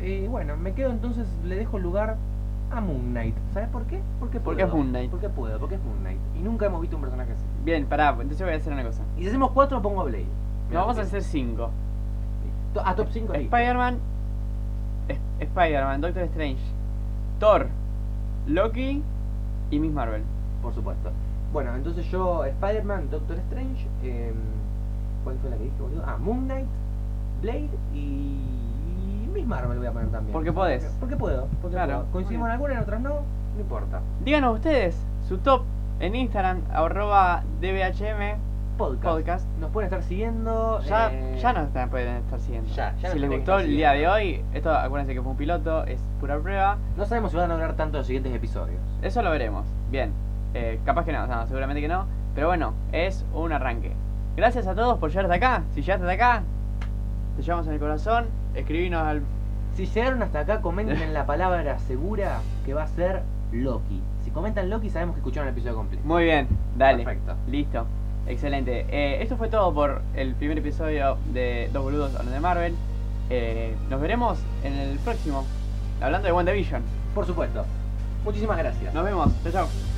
[SPEAKER 2] Y bueno, me quedo entonces, le dejo lugar a Moon Knight. ¿Sabes por qué? Porque
[SPEAKER 1] ¿Por
[SPEAKER 2] puedo.
[SPEAKER 1] qué es Moon Knight?
[SPEAKER 2] Porque puedo, porque es Moon Knight. Y nunca hemos visto un personaje así.
[SPEAKER 1] Bien, pará, pues, entonces voy a hacer una cosa.
[SPEAKER 2] Y si hacemos cuatro, pongo a Blade. Mirá,
[SPEAKER 1] No, vamos a
[SPEAKER 2] listo.
[SPEAKER 1] hacer 5.
[SPEAKER 2] To- A Ah, top 5
[SPEAKER 1] Spider-Man, Es- Spider-Man, Doctor Strange, Thor, Loki y Miss Marvel.
[SPEAKER 2] por supuesto. Bueno, entonces yo, Spider-Man, Doctor Strange, em, ¿cuál fue la que dije, boludo? Ah, Moon Knight, Blade y. Miss Marvel voy a poner también.
[SPEAKER 1] Porque podés.
[SPEAKER 2] Porque puedo. Porque
[SPEAKER 1] Claro.
[SPEAKER 2] puedo. Coincidimos en alguna, en otras no, no importa.
[SPEAKER 1] Díganos ustedes su top en Instagram, arroba DBHM
[SPEAKER 2] Podcast.
[SPEAKER 1] Podcast.
[SPEAKER 2] Nos pueden estar siguiendo.
[SPEAKER 1] Ya,
[SPEAKER 2] eh,
[SPEAKER 1] ya nos están- pueden estar siguiendo.
[SPEAKER 2] Ya, ya nos
[SPEAKER 1] si les
[SPEAKER 2] tienen que
[SPEAKER 1] gustó
[SPEAKER 2] estar
[SPEAKER 1] el día de
[SPEAKER 2] siguiendo.
[SPEAKER 1] hoy, esto acuérdense que fue un piloto, es pura prueba.
[SPEAKER 2] No sabemos si van a lograr tanto en los siguientes episodios.
[SPEAKER 1] Eso lo veremos. Bien. Eh, capaz que no, no, seguramente que no. Pero bueno, es un arranque. Gracias a todos por llegar hasta acá. Si llegaste hasta acá, te llevamos en el corazón. Escribinos al.
[SPEAKER 2] Si llegaron hasta acá, comenten la palabra segura que va a ser Loki. Si comentan Loki, sabemos que escucharon el episodio completo.
[SPEAKER 1] Muy bien, dale.
[SPEAKER 2] Perfecto.
[SPEAKER 1] Listo. Excelente. Eh, esto fue todo por el primer episodio de Dos Boludos Hablando de Marvel. Eh, nos veremos en el próximo. Hablando de WandaVision.
[SPEAKER 2] Por supuesto. Muchísimas gracias.
[SPEAKER 1] Nos vemos. Chao, chao.